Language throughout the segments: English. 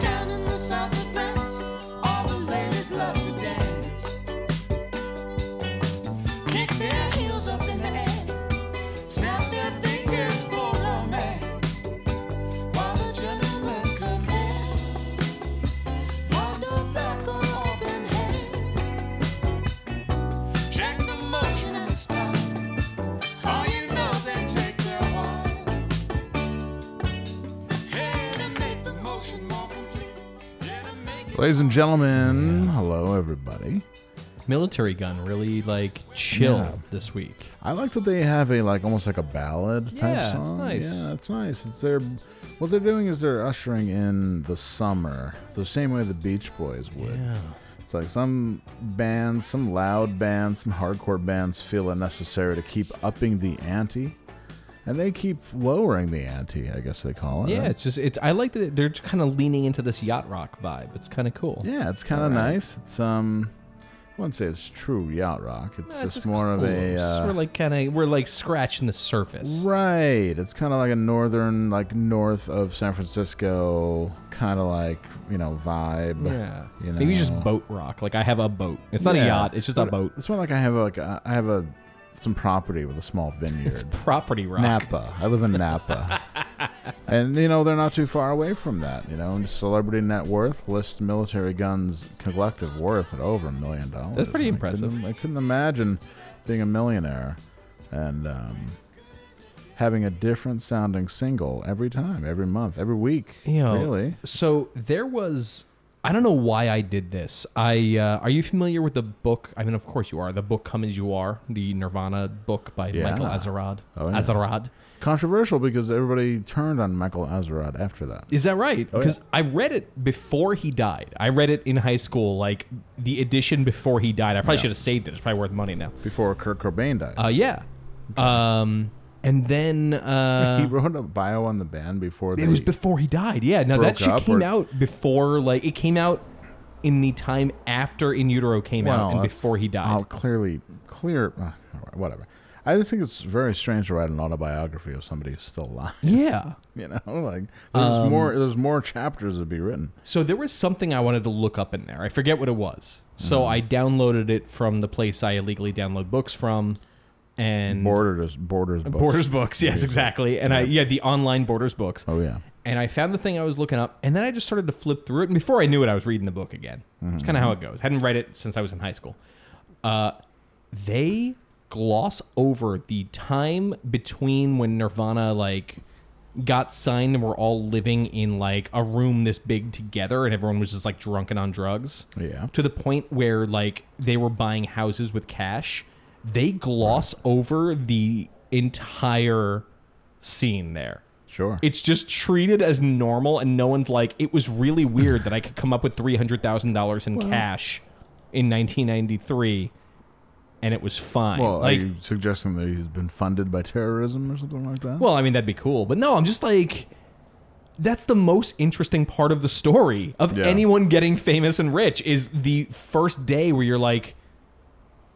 Down in the south of France, all the ladies love to dance. Kick their heels up in the air, snap their fingers for romance. While the gentlemen come in, wander back on open hand. Check the motion and the style. All you know, they take their while. Hey, to make the motion more complete. Yeah, to make Ladies and gentlemen, hello everybody. military gun really like chill Yeah. this week. I like that they have a like almost like a ballad type Yeah, it's song. nice. Yeah, it's nice. It's their what they're doing is they're ushering in the summer the same way the Beach Boys would. It's like some bands, some loud bands, some hardcore bands feel it necessary to keep upping the ante. And they keep lowering the ante, I guess they call it. Yeah, right? it's just it's I like that they're just kind of leaning into this yacht rock vibe. It's kind of cool. Yeah, it's kind of nice. It's um, I wouldn't say it's true yacht rock. It's, It's just, just more of cool. a It's just uh, we're like kind of we're like scratching the surface. right. It's kind of like a northern, like north of San Francisco, kind of like you know vibe. Yeah, you know. maybe just boat rock. Like I have a boat. It's not a Yeah. yacht. It's just a But boat. It's more like I have like a, I have a some property with a small vineyard. It's property rock. Napa. I live in Napa. and, you know, they're not too far away from that. You know, and celebrity net worth lists military guns' collective worth at over a million dollars. That's pretty And I impressive. couldn't- I couldn't, imagine being a millionaire and um, having a different sounding single every time, every month, every week. You know, really? So there was. I don't know why I did this. I uh, are you familiar with the book? I mean, of course you are. The book "Come as You Are," the Nirvana book by Michael Yeah. Azarad. Oh, yeah. Azarad. Controversial because everybody turned on Michael Azerrad after that. Is that right? yeah. Because I read it before he died. I read it in high school, like the edition before he died. I probably should have saved it. It's probably worth money now. Before Kurt Cobain died, Uh, yeah. Um, and then he uh, wrote a bio on the band before. it was they- before he died. Yeah. Now Broke that shit up came or- out before, like it came out in the time after In Utero came Well, out and that's- before he died. Oh, clearly, clear, uh, whatever. I just think it's very strange to write an autobiography of somebody who's still alive. yeah. You know, like there's Um, more. There's more chapters to be written. So there was something I wanted to look up in there. I forget what it was. So I downloaded it from the place I illegally download books from, and Borders, borders, books. Borders books, yes, exactly. And I yeah, the online Borders books. Oh yeah, And I found the thing I was looking up, and then I just started to flip through it. And before I knew it, I was reading the book again. Mm-hmm. It's kind of how it goes. Hadn't read it since I was in high school. Uh, they gloss over the time between when Nirvana like got signed and we're all living in like a room this big together, and everyone was just like drunk and on drugs yeah. to the point where like they were buying houses with cash they gloss over the entire scene there Sure. it's just treated as normal and no one's like it was really weird that i could come up with $300000 in cash in 1993 and it was fine well, like are you suggesting that he's been funded by terrorism or something like that? well i mean that'd be cool but no i'm just like that's the most interesting part of the story of Yeah. anyone getting famous and rich is the first day where you're like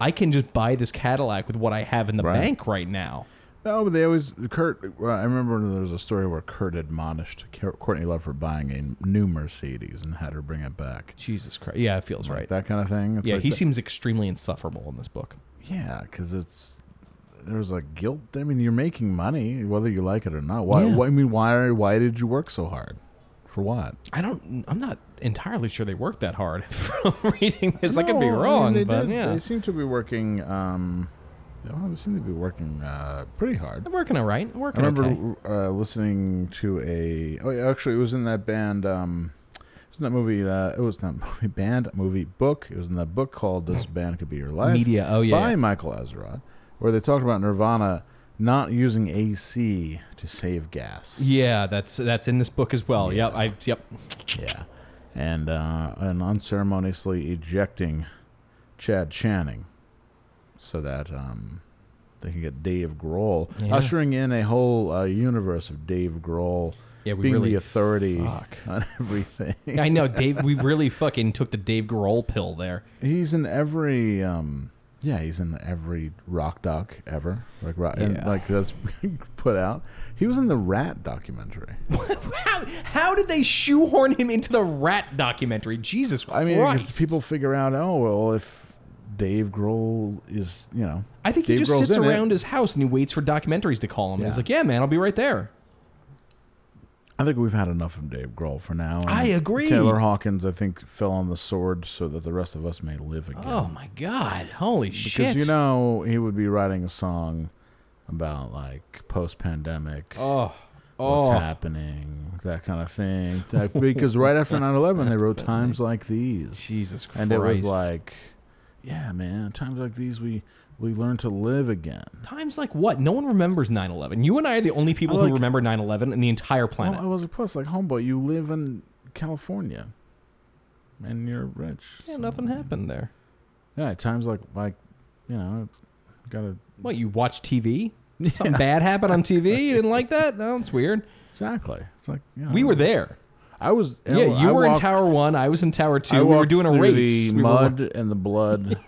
i can just buy this cadillac with what i have in the Right. bank right now no, Oh, but they always Kurt. Well, I remember there was a story where Kurt admonished Ker- Courtney Love for buying a new Mercedes and had her bring it back. jesus christ yeah it feels Like right that kind of thing. It's yeah like he that- seems extremely insufferable in this book Yeah, because it's there's a guilt. I mean, you're making money whether you like it or not. Why? Yeah. why I mean, why? Why did you work so hard? For what? I don't. I'm not entirely sure they worked that hard. From reading this, I could be No, mean, wrong, they but did. yeah, they seem to be working. Um, they seem to be working uh, pretty hard. I'm working all right. I'm I working. remember okay. uh, listening to a. Oh, yeah, actually, it was in that band. Um, it was in that movie. Uh, it was not movie band movie book. It was in that book called "This Band Could Be Your Life." Media. Oh yeah. by yeah. Michael Azerrod, where they talked about Nirvana not using AC to save gas. Yeah, that's that's in this book as well. Yep. I yep. Yeah. And uh, and unceremoniously ejecting Chad Channing so that um, they can get Dave Grohl, Yeah. ushering in a whole uh, universe of Dave Grohl Yeah, we being really the authority fuck. on everything. I know, Dave. We really fucking took the Dave Grohl pill there. He's in every. Um, yeah, he's in every rock doc ever, like rock, and Yeah. like that's put out. He was in the Rat documentary. How, how did they shoehorn him into the rat documentary? Jesus I Christ! mean, 'cause people figure out, oh well, if Dave Grohl is, you know, I think Dave he just Grohl's sits in it. around his house and he waits for documentaries to call him. And he's Yeah. like, "Yeah, man, I'll be right there." I think we've had enough of Dave Grohl for now. and I agree. Taylor Hawkins, I think, fell on the sword so that the rest of us may live again. Oh my God! Holy because shit! you know he would be writing a song about like post-pandemic, oh, what's oh, happening, that kind of thing. Like, because right after 9/11, they wrote times like these. Jesus Christ! and it was like yeah man times like these we we learn to live again times like what? No one remembers 9/11. You and I are the only people I like- who remember 9/11 in the entire well, planet. i was like plus like homeboy you live in california and you're rich yeah, so- nothing happened there. yeah times like like you know gotta What? You watch TV? Something bad happened on TV? You didn't like that? No, it's weird. exactly it's like you know, We were there. i was Yeah, you Um, I were walked, in Tower One. I was in Tower I Two. We were walked doing a through race. the we, were- mud and the blood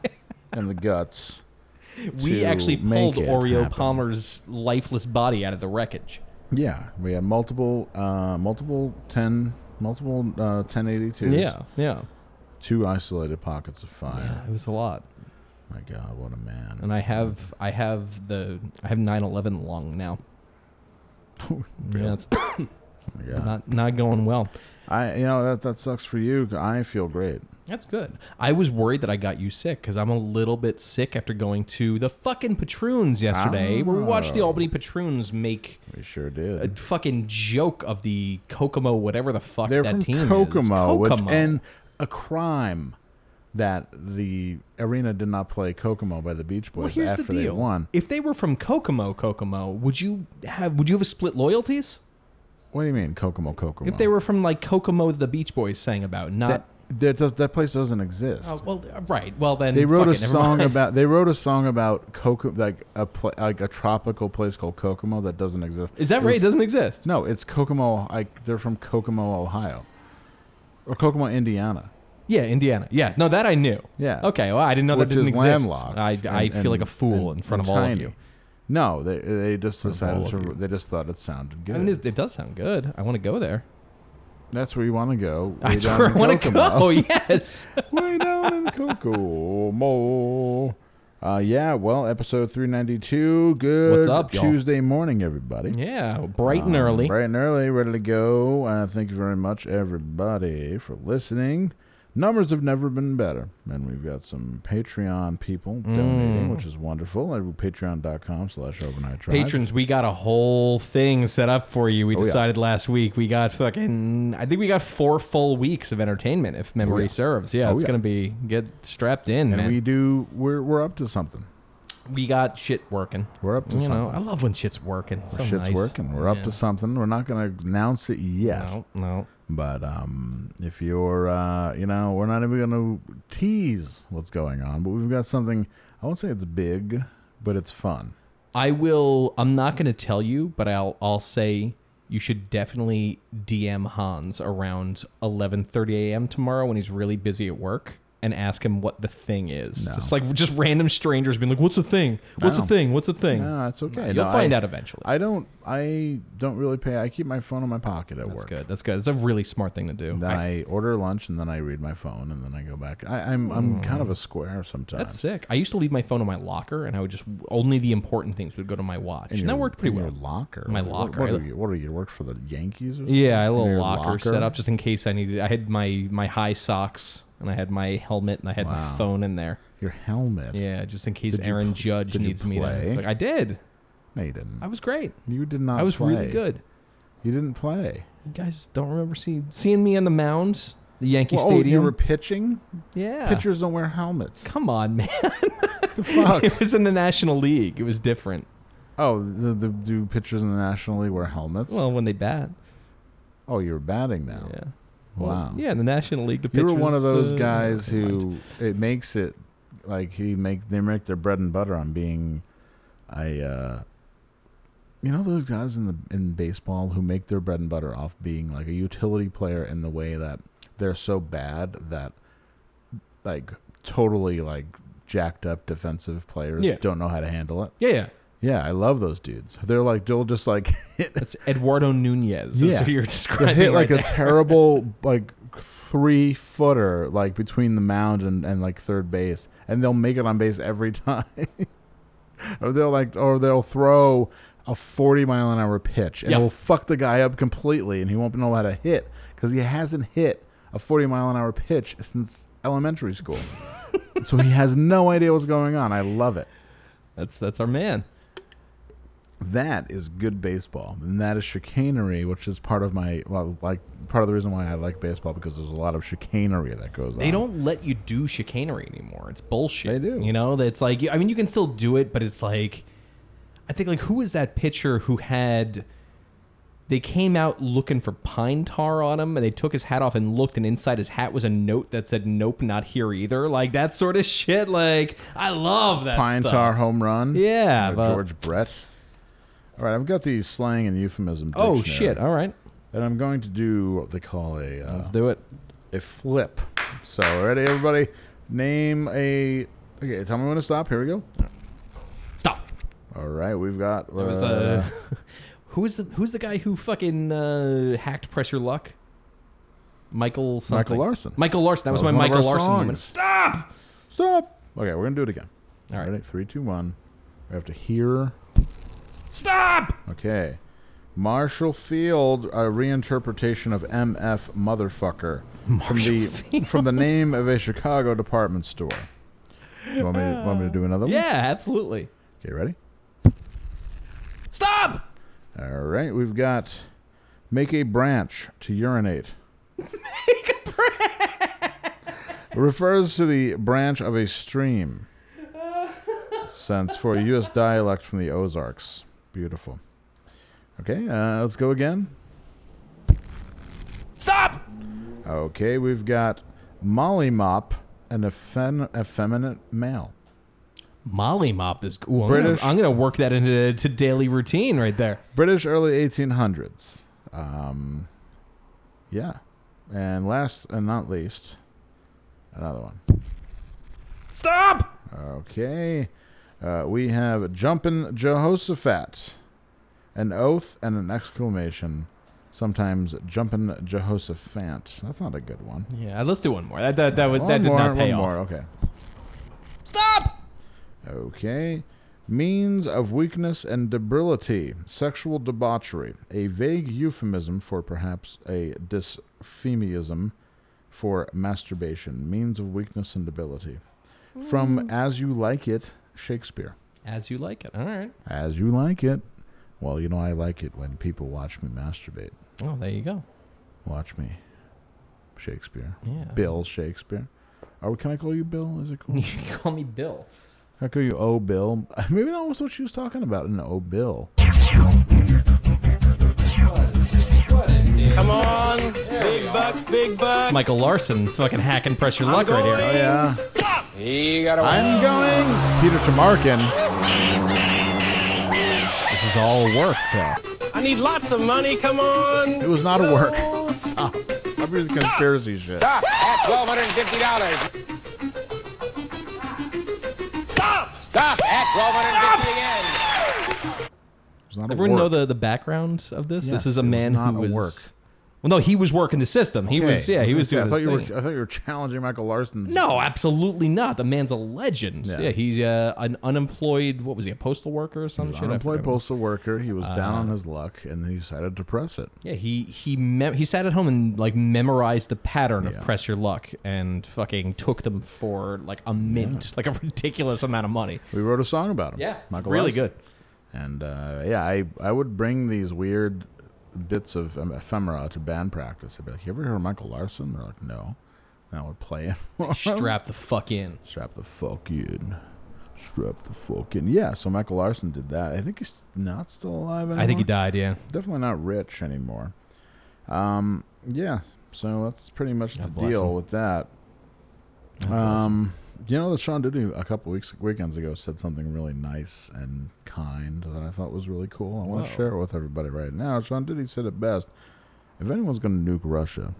and the guts we to actually make pulled it Oreo happen. Palmer's lifeless body out of the wreckage. yeah we had multiple uh multiple 10 multiple uh 1082s Yeah, yeah, two isolated pockets of fire yeah. It was a lot. my god what a man And I have, I have the, I have 9/11 lung now. Yeah, it's Yeah. not not going well. I you know that that sucks for you. I feel great. That's good. I was worried that I got you sick because I'm a little bit sick after going to the fucking Patroons yesterday, where we watched the Oh. Albany Patroons make We sure a did. fucking joke of the Kokomo, whatever the fuck They're that from team Kokomo, is. which and a crime that the arena did not play Kokomo by the Beach Boys well, here's after the they deal. won. If they were from Kokomo, Kokomo, would you have would you have a split loyalties? What do you mean Kokomo Kokomo? If they were from like Kokomo, the Beach Boys sang about, that not that, does, that place doesn't exist. Oh, well, uh, right. Well, then they wrote fuck a it, never song mind. about they wrote a song about Kokomo like a pla like a tropical place called Kokomo that doesn't exist. Is that It right? was- It doesn't exist. no, it's Kokomo. Like they're from Kokomo, Ohio, or Kokomo, Indiana. Yeah, Indiana. Yeah, no, that I knew. Yeah. Okay. Well, I didn't know Which that didn't is exist. landlocked. I, I and- feel like a and- fool and- in front and of all of tiny. you. No, they they just front of all decided of to. you. They just thought it sounded good. I mean, it, it does sound good. I want to go there. That's where you want to go. Way That's down where I in want to Kokomo. go. Yes. Way down in Kokomo. Uh, yeah, well, episode 392. Good What's up, y'all? Tuesday morning, everybody. yeah. Bright Um, and early. Bright and early, ready to go. Uh, thank you very much, everybody, for listening. Numbers have never been better. And we've got some Patreon people Mm. donating, which is wonderful. At patreon.com slash overnight drive. Patrons, we got a whole thing set up for you. We Oh, yeah. decided last week. We got fucking. I think we got four full weeks of entertainment, if memory yeah. serves. Yeah, Oh, it's yeah. gonna be get strapped in, And man. we do, we're, we're up to something. we got shit working. We're up to You know, something. I love when shit's working. So Shit's nice. working. We're up Yeah. to something. We're not going to announce it yet. No, no. But um, if you're, uh, you know, we're not even going to tease what's going on, but we've got something, I won't say it's big, but it's fun. I will. I'm not going to tell you, but I'll. I'll say you should definitely DM Hans around 11:30 a.m. tomorrow when he's really busy at work and ask him what the thing is. No. Just like just random strangers being like, "What's the thing? What's No. the thing? What's the thing?" No, it's okay. You'll No, find I- out eventually. I don't. I don't really pay. I keep my phone in my pocket at That's work. good. That's good. That's a really smart thing to do. Then I- I, order lunch and then I read my phone and then I go back. I, I'm I'm kind of a square sometimes. Mm. that's sick. I used to leave my phone in my locker, and I would just only the important things would go to my watch, In and your- that worked pretty in well. Your locker. My What- locker. What, I- are you? What are you? Work for the Yankees or something? Yeah, I had a In little your locker, set up just in case I needed. I had my my high socks, and I had my helmet, and I had Wow. my phone in there. Your helmet. Yeah, just in case Did you Aaron pl- Judge did you needs me. To, play? like, I did. No, you didn't. I was great. you did not. I was really play. good. You didn't play. You guys don't remember seeing seeing me on the mound, the Yankee Well, oh, you Stadium. were pitching. yeah. Pitchers don't wear helmets. Come on, man. the fuck. It was in the National League. It was different. oh, the, the, do pitchers in the National League wear helmets? Well, when they bat. oh, you were batting now. Yeah. Well, Wow. yeah, in the National League, the You pitchers. were one of those uh, guys never mind. who it makes it like he make they make their bread and butter on being I uh you know those guys in the in baseball who make their bread and butter off being like a utility player in the way that they're so bad that like totally like jacked up defensive players Yeah. don't know how to handle it. Yeah, yeah. Yeah, I love those dudes. They're like they'll just like hit That's Eduardo Nunez. That's Yeah. who you're They describing. hit like right a there. terrible like three footer like between the mound and, and like third base and they'll make it on base every time or they'll like or they'll throw a 40 mile an hour pitch and Yeah. it'll fuck the guy up completely and he won't know how to hit because he hasn't hit a 40 mile an hour pitch since elementary school so he has no idea what's going on i love it That's that's our man. that is good baseball and that is chicanery which is part of my well like part of the reason why i like baseball because there's a lot of chicanery that goes on They don't let you do chicanery anymore. It's bullshit. They do. You know, that's like I mean, you can still do it, but it's like I think like who was that pitcher who had they came out looking for pine tar on him and they took his hat off and looked and inside his hat was a note that said nope not here either like that sort of shit like i love that pine stuff. tar home run Yeah, Or but- george brett all right i've got the slang and euphemism oh dictionary, shit all right and i'm going to do what they call a uh, let's do it a flip so ready everybody name a okay tell me when to stop here we go stop all right we've got It was uh, who is the who's the guy who fucking uh, hacked Pressure Luck? Michael something. Michael Larson. Michael Larson. That was, was my one of Michael our Larson moment. songs. Stop. stop okay we're gonna do it again All right. ready three two one we have to hear Stop. Okay. Marshall Field, a reinterpretation of MF Motherfucker from the from the name of a Chicago department store. You want me to, want me to do another one? Yeah, absolutely. Okay, ready? Stop. All right, we've got make a branch to urinate. make a branch. Refers to the branch of a stream. Sense for a U.S. dialect from the Ozarks. Beautiful. Okay, uh, let's go again. Stop. Okay, we've got Molly Mop, an effem- effeminate male. Molly Mop is ooh, I'm British. Gonna, I'm gonna work that into to daily routine right there. British early 1800s. Um, yeah. And last and not least, another one. Stop. Okay. Uh, we have Jumpin' Jehoshaphat, an oath and an exclamation. Sometimes Jumpin' Jehoshaphat. That's not a good one. Yeah, let's do one more. That that that, was, One that did more, not pay one off. more. Okay. Stop. Okay. Means of weakness and debility, sexual debauchery, a vague euphemism for perhaps a dysphemism for masturbation, means of weakness and debility. From As You Like It, Shakespeare. As you like it. All right. As You Like It. Well, you know, I like it when people watch me masturbate. Well, there you go. Watch me, Shakespeare. Yeah. Bill Shakespeare. Or can I call you Bill? Is it cool? You can call me Bill. How could you owe Bill? Maybe that was what she was talking about in owe Bill. Come on, big bucks, big bucks. It's Michael Larson fucking hacking Pressure Luck right here. going. Yeah. He got away. I'm going Peter Tremarkin. This is all work. I need lots of money. Come on. It was not a work. Stop. I'm using conspiracy shit. Stop at twelve hundred and fifty dollars. Stop! Stop at twelve hundred and fifty again. It's not a Everyone know work. the the background of this? Yes, this is a it was man not who a was work. Well, no, he was working the system. He was yeah, Okay. he was doing. I thought his you were. thing. I thought you were challenging Michael Larson. No, absolutely not. The man's a legend. Yeah, Yeah. he's uh, an unemployed. What was he? A postal worker or some shit? I unemployed forget. postal worker. He was down Uh, on his luck, and he decided to press it. Yeah, he he mem- he sat at home and like memorized the pattern of Yeah. press your luck and fucking took them for like a mint, like a ridiculous amount of money. We wrote a song about him. Yeah, Michael really Larson. good. And uh, yeah, I, I would bring these weird bits of um, ephemera to band practice. I'd be like, "You ever heard of Michael Larson?" They're like, "No." And I would play it. for 'em. Strap the fuck in. Strap the fuck in. Strap the fuck in. Yeah, so Michael Larson did that. I think he's not still alive anymore. I think he died. Yeah, Definitely not rich anymore. Um, yeah, so that's pretty much God the bless deal him. with that. Um, you know that Sean Duty a couple weeks weekends ago said something really nice and kind that I thought was really cool. I want to Whoa. share it with everybody right now. Sean Duty said it best. If anyone's going to nuke Russia,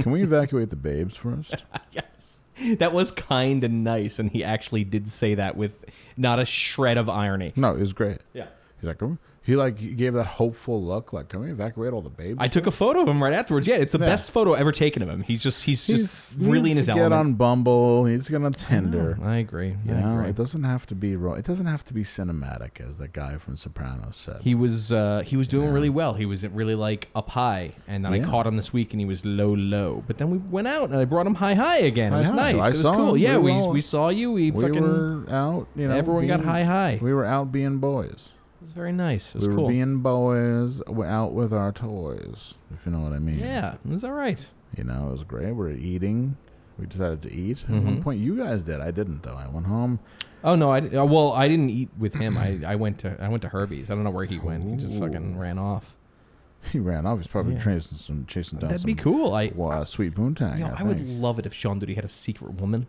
can we evacuate the babes first? yes, that was kind and nice, and he actually did say that with not a shred of irony. No, it was great. Yeah. He's like, "Can we-" he like he gave that hopeful look, like, can we evacuate all the babes? I took a photo of him right afterwards. Yeah, it's the Yeah. best photo ever taken of him. He's just he's, just really in needs his to get element. on Bumble. He's to get on Tinder. I agree. You I know, agree. it doesn't have to be ro- it doesn't have to be cinematic, as the guy from Sopranos said. He was uh, he was doing really well. He was really like up high, and then Yeah. I caught him this week, and he was low low. But then we went out, and I brought him high high again. High it was high. nice. I it was saw cool. him. Yeah, We we, were all- we saw you. We, we fucking were out, you know. everyone got high high. We were out being boys. it was very nice. It was we cool. were being boys. We're out with our toys, if you know what I mean. yeah, it was all right. You know, it was great. We were eating. We decided to eat. At Mm-hmm. one point, you guys did. I didn't though. I went home. Oh no, I di- uh, well I didn't eat with him. I, I went to I went to Herbie's. I don't know where he went. He just fucking ran off. He ran off. He's probably chasing some, chasing down That'd some be cool. I wa- uh, sweet boontang. You know, I, I, would think. love it if Sean Duty had a secret woman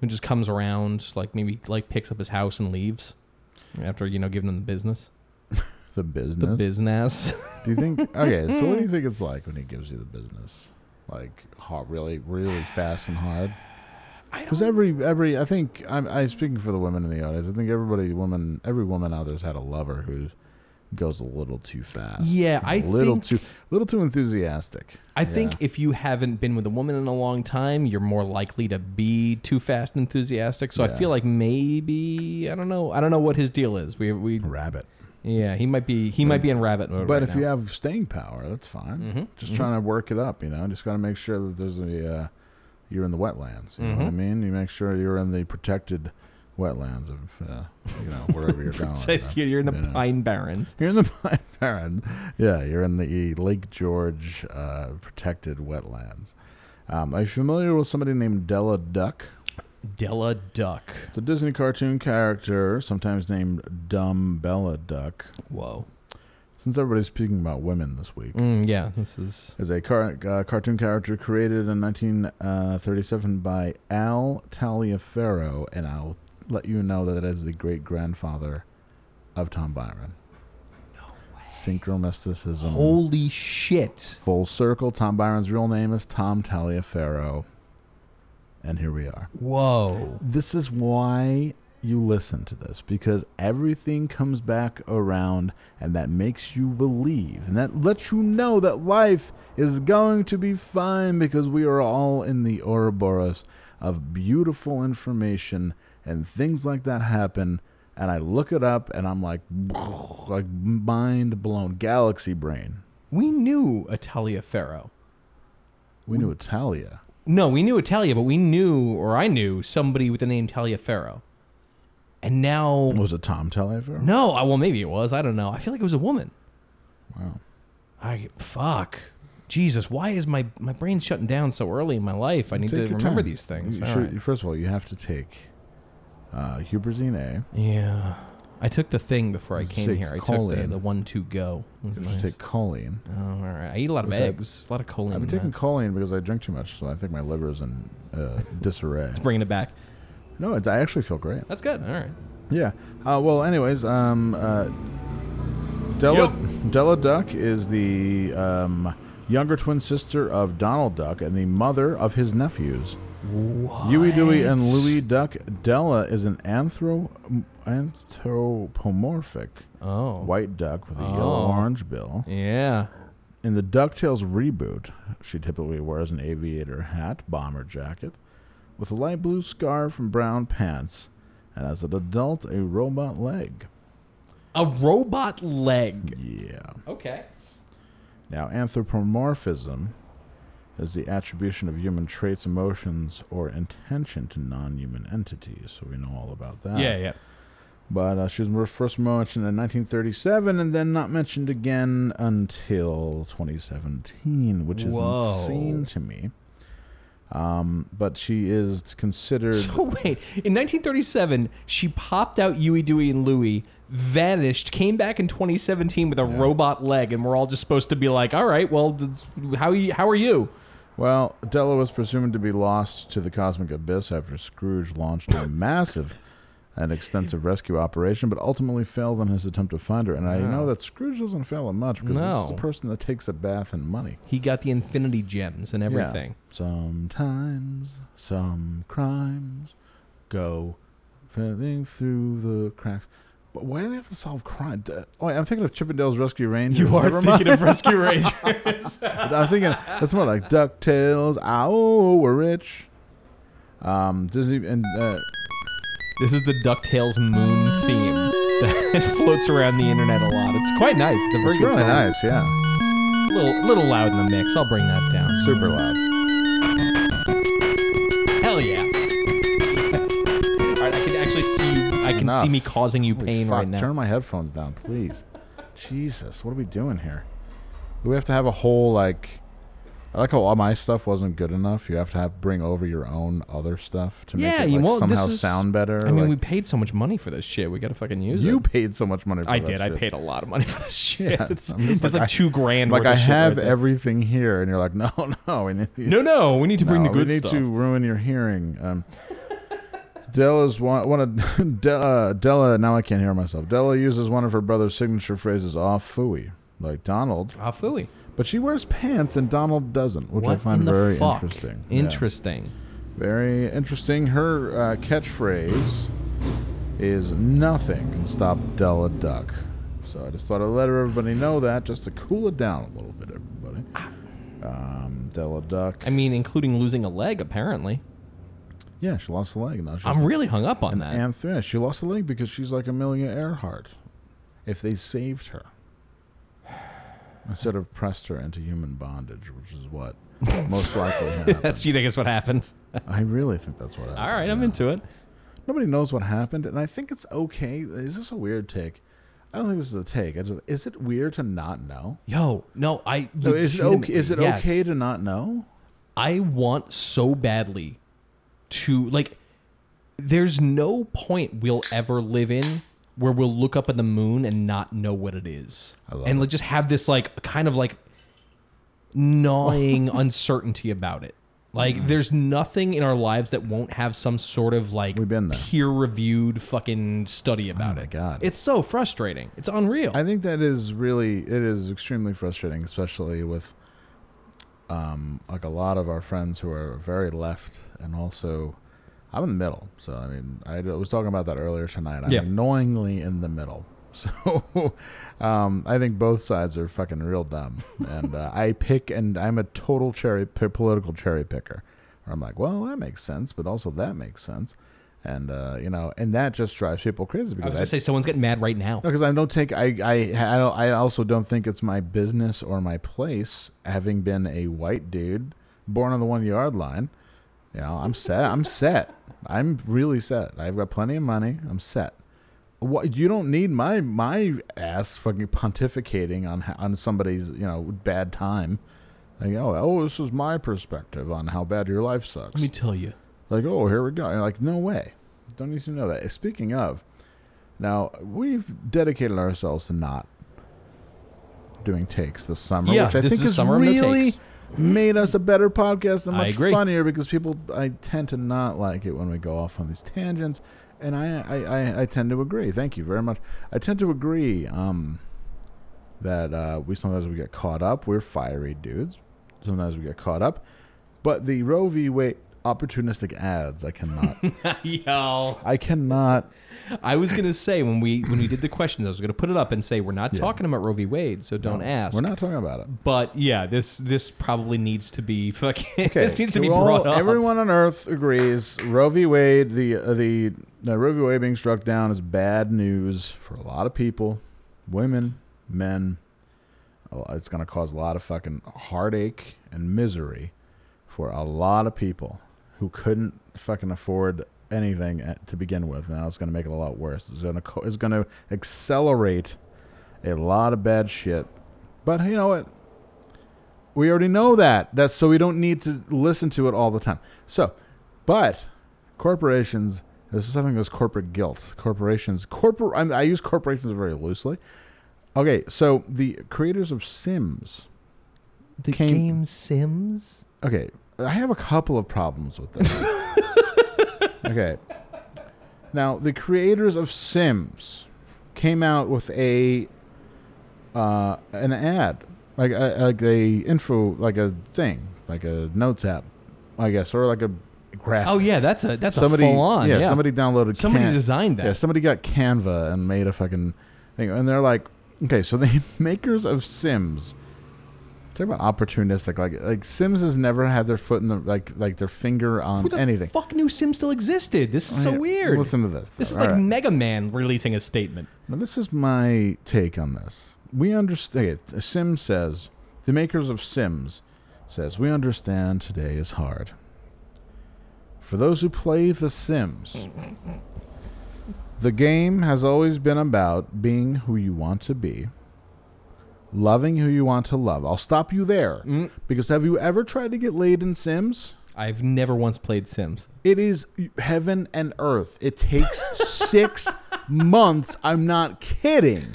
who just comes around, like maybe like picks up his house and leaves after you know giving him the business, the business. the business. Do you think? Okay, so what do you think it's like when he gives you the business, like hot, really, really fast and hard? I Because every, every, I think I'm, I speaking for the women in the audience. I think everybody, woman, every woman out there's had a lover who goes a little too fast. Yeah, a I little think- too, little too enthusiastic. I think if you haven't been with a woman in a long time, you're more likely to be too fast and enthusiastic. So I Yeah. feel like maybe I don't know. I don't know what his deal is. We we Rabbit. yeah, he might be he might be in rabbit mode. But right if you now. Mm-hmm. have staying power, that's fine. Just trying to work it up, you know. Just got to make sure that there's a uh, you're in the wetlands. You know Mm-hmm. what I mean? You make sure you're in the protected wetlands of uh, you know wherever you're going. Said you know. you're in the You know. Pine Barrens. You're in the Pine Barrens. Yeah, you're in the Lake George uh, protected wetlands. Um, are you familiar with somebody named Della Duck? Della Duck. It's a Disney cartoon character, sometimes named Dumb Bella Duck. Whoa. Since everybody's speaking about women this week, Mm, yeah, this is is a car- uh, cartoon character created in 1937 by Al Taliaferro, and I'll let you know that it is the great grandfather of Tom Byron. No way. Synchromysticism. holy shit. Full circle. Tom Byron's real name is Tom Taliaferro, and here we are. Whoa. This is why you listen to this because everything comes back around and that makes you believe and that lets you know that life is going to be fine because we are all in the Ouroboros of beautiful information and things like that happen. And I look it up and I'm like, like mind blown, galaxy brain. We knew Italia Farrow. We knew Italia. No, we knew Italia, but we knew, or I knew, somebody with the name Talia Farrow. And now, Was it Tom Taliaferro? no, I, well, maybe it was. I don't know. I feel like it was a woman. Wow. I fuck. Jesus, why is my my brain shutting down so early in my life? I need Take to your remember time. these things. You All should- right. First of all, you have to take uh, Huberzine A. Yeah. I took the thing before I You should came take here. I took the, choline. the one two go. It was You nice. have to take choline. oh, all right. I eat a lot of Which I- eggs. a lot of choline. I've in been taking that. choline because I drink too much, so I think my liver is in uh, disarray. Bringing it back. no, it's, I actually feel great. That's good. All right. Yeah. Uh, well, anyways, um, uh, Della, Della Duck is the um, younger twin sister of Donald Duck and the mother of his nephews. Huey, Dewey, and Louie Duck. Della is an anthro- anthropomorphic Oh. white duck with a Oh. yellow orange bill. Yeah. In the DuckTales reboot, she typically wears an aviator hat, bomber jacket, with a light blue scarf and brown pants, and as an adult, a robot leg. A robot leg. Yeah. Okay. Now, anthropomorphism is the attribution of human traits, emotions, or intention to non human entities, so we know all about that. Yeah, yeah. But uh, she was mer- first mentioned in 1937 and then not mentioned again until 2017, which is Whoa. insane to me. Um, but she is considered. So wait, in 1937, she popped out Huey, Dewey, and Louie, vanished, came back in 2017 with a robot leg, and we're all just supposed to be like, all right, well, that's- how you, how are you? Well, Della was presumed to be lost to the cosmic abyss after Scrooge launched a massive and extensive rescue operation, but ultimately failed in his attempt to find her. And I know that Scrooge doesn't fail at much because this is No. the person that takes a bath in money. He got the infinity gems and everything. Yeah. Sometimes some crimes go filling through the cracks. But why do they have to solve crime? D- Oh, wait, I'm thinking of Chippendale's Rescue Rangers. You are Never mind. thinking of Rescue Rangers. I'm thinking that's more like Ducktales. Ow, we're rich. Um, Disney and uh, this is the DuckTales moon theme that floats around the internet a lot. It's quite nice. It's a very it's good really song. nice. Yeah, Little, little loud in the mix. I'll bring that down. super loud. Hell yeah. All right, I can actually see you. I can Enough. see me causing you Holy pain fuck, right now. Turn my headphones down, please. Jesus, what are we doing here? Do we have to have a whole like? I like how all my stuff wasn't good enough. You have to have bring over your own other stuff to yeah, make it you like, won't. somehow this is, sound better. I mean, like, we paid so much money for this shit. We got to fucking use you it. paid so much money. for I that did. I shit. paid a lot of money for this shit. Yeah, it's I'm just it's like, like, I- two grand. Like worth I of shit have right there. everything here, and you're like, no, no, we need. No, no, we need to bring No, the good we need stuff. to ruin your hearing. Um, Della's one, one of De, uh, Della. Now I can't hear myself. Della uses one of her brother's signature phrases, "off fooey," like Donald. Ah, phooey. But she wears pants and Donald doesn't, which What I find in the very fuck? interesting. Yeah. Interesting. Very interesting. Her uh, catchphrase is "Nothing can stop Della Duck." So I just thought I'd let everybody know that, just to cool it down a little bit, everybody. Um, Della Duck. I mean, including losing a leg. Apparently, Yeah, she lost a leg. Now she's I'm really hung up on that. And yeah, she lost a leg because she's like Amelia Earhart. If they saved her instead of pressed her into human bondage, which is what most likely happened. That's you think is what happened. I really think that's what happened. All right, I'm yeah. into it. Nobody knows what happened, and I think it's okay. Is this a weird take? I don't think this is a take. I just, is it weird to not know? Yo, no, I. No, is it okay? Is it legitimately, yes. okay to not know? I want so badly to like there's no point we'll ever live in where we'll look up at the moon and not know what it is. I love and it. like just have this like kind of like gnawing uncertainty about it. Mm. Like there's nothing in our lives that won't have some sort of like We've been there. peer-reviewed fucking study about Oh my it. God. It's so frustrating. It's unreal. I think that is really it is extremely frustrating, especially with um, like a lot of our friends who are very left, and also I'm in the middle. So I mean, I d- was talking about that earlier tonight. I'm Yeah. annoyingly in the middle. So um, I think both sides are fucking real dumb, and uh, I pick, and I'm a total cherry p- political cherry picker. Where I'm like, well, that makes sense, but also that makes sense, and uh, you know, and that just drives people crazy I was because gonna say someone's getting mad right now. because I don't take I I I, don't, I also don't think it's my business or my place. Having been a white dude born on the one yard line, you know, I'm set. I'm set. I'm really set. I've got plenty of money. I'm set. What you don't need my my ass fucking pontificating on ho- on somebody's you know bad time. Like oh oh this is my perspective on how bad your life sucks. Let me tell you. Like, oh, here we go. And like, no way. Don't need to know that. Speaking of, now we've dedicated ourselves to not doing takes this summer, Yeah, which I this think is has summer of no really takes. made us a better podcast and I much agree. funnier because people I tend to not like it when we go off on these tangents, and I I, I, I tend to agree. Thank you very much. I tend to agree. Um, that uh, we sometimes we get caught up. We're fiery dudes. Sometimes we get caught up. But the Roe v. Wade opportunistic ads. I cannot. Yo, I cannot. I was gonna say when we when we did the questions, I was gonna put it up and say we're not talking about Roe v. Wade, so don't ask. We're not talking about it. But yeah, this this probably needs to be fucking. this Okay, needs to so be all- brought up. Everyone on Earth agrees Roe v. Wade, the uh, the uh, Roe v. Wade being struck down is bad news for a lot of people, women, men. Oh, It's going to cause a lot of fucking heartache and misery for a lot of people who couldn't fucking afford anything at- to begin with. Now it's going to make it a lot worse. It's going to co- it's going to accelerate a lot of bad shit. But you know what? We already know that. That's so we don't need to listen to it all the time. So, but corporations. This is something that's corporate guilt. Corporations. Corporate. I, I use corporations very loosely. Okay, so the creators of Sims. the came- game Sims. Okay, I have a couple of problems with this. okay. Now, the creators of Sims came out with a uh, an ad, like a, like a info, like a thing, like a notes app, I guess, or like a graphic. Oh yeah, that's a that's a full on. Yeah, somebody downloaded. Somebody Can- designed that. Yeah, somebody got Canva and made a fucking thing, and they're like, okay, so the makers of Sims. Talk about opportunistic, like like Sims has never had their foot in the like like their finger on Who the anything. Oh, fuck knew Sims still existed? This is so Yeah, weird. Listen to this. This though. is All like right. Mega Man releasing a statement. Now, this is my take on this. We understand. Sim says the makers of Sims says we understand today is hard. For those who play The Sims, the game has always been about being who you want to be, loving who you want to love. I'll stop you there because have you ever tried to get laid in Sims? I've never once played Sims. It is heaven and earth. It takes six months. I'm not kidding.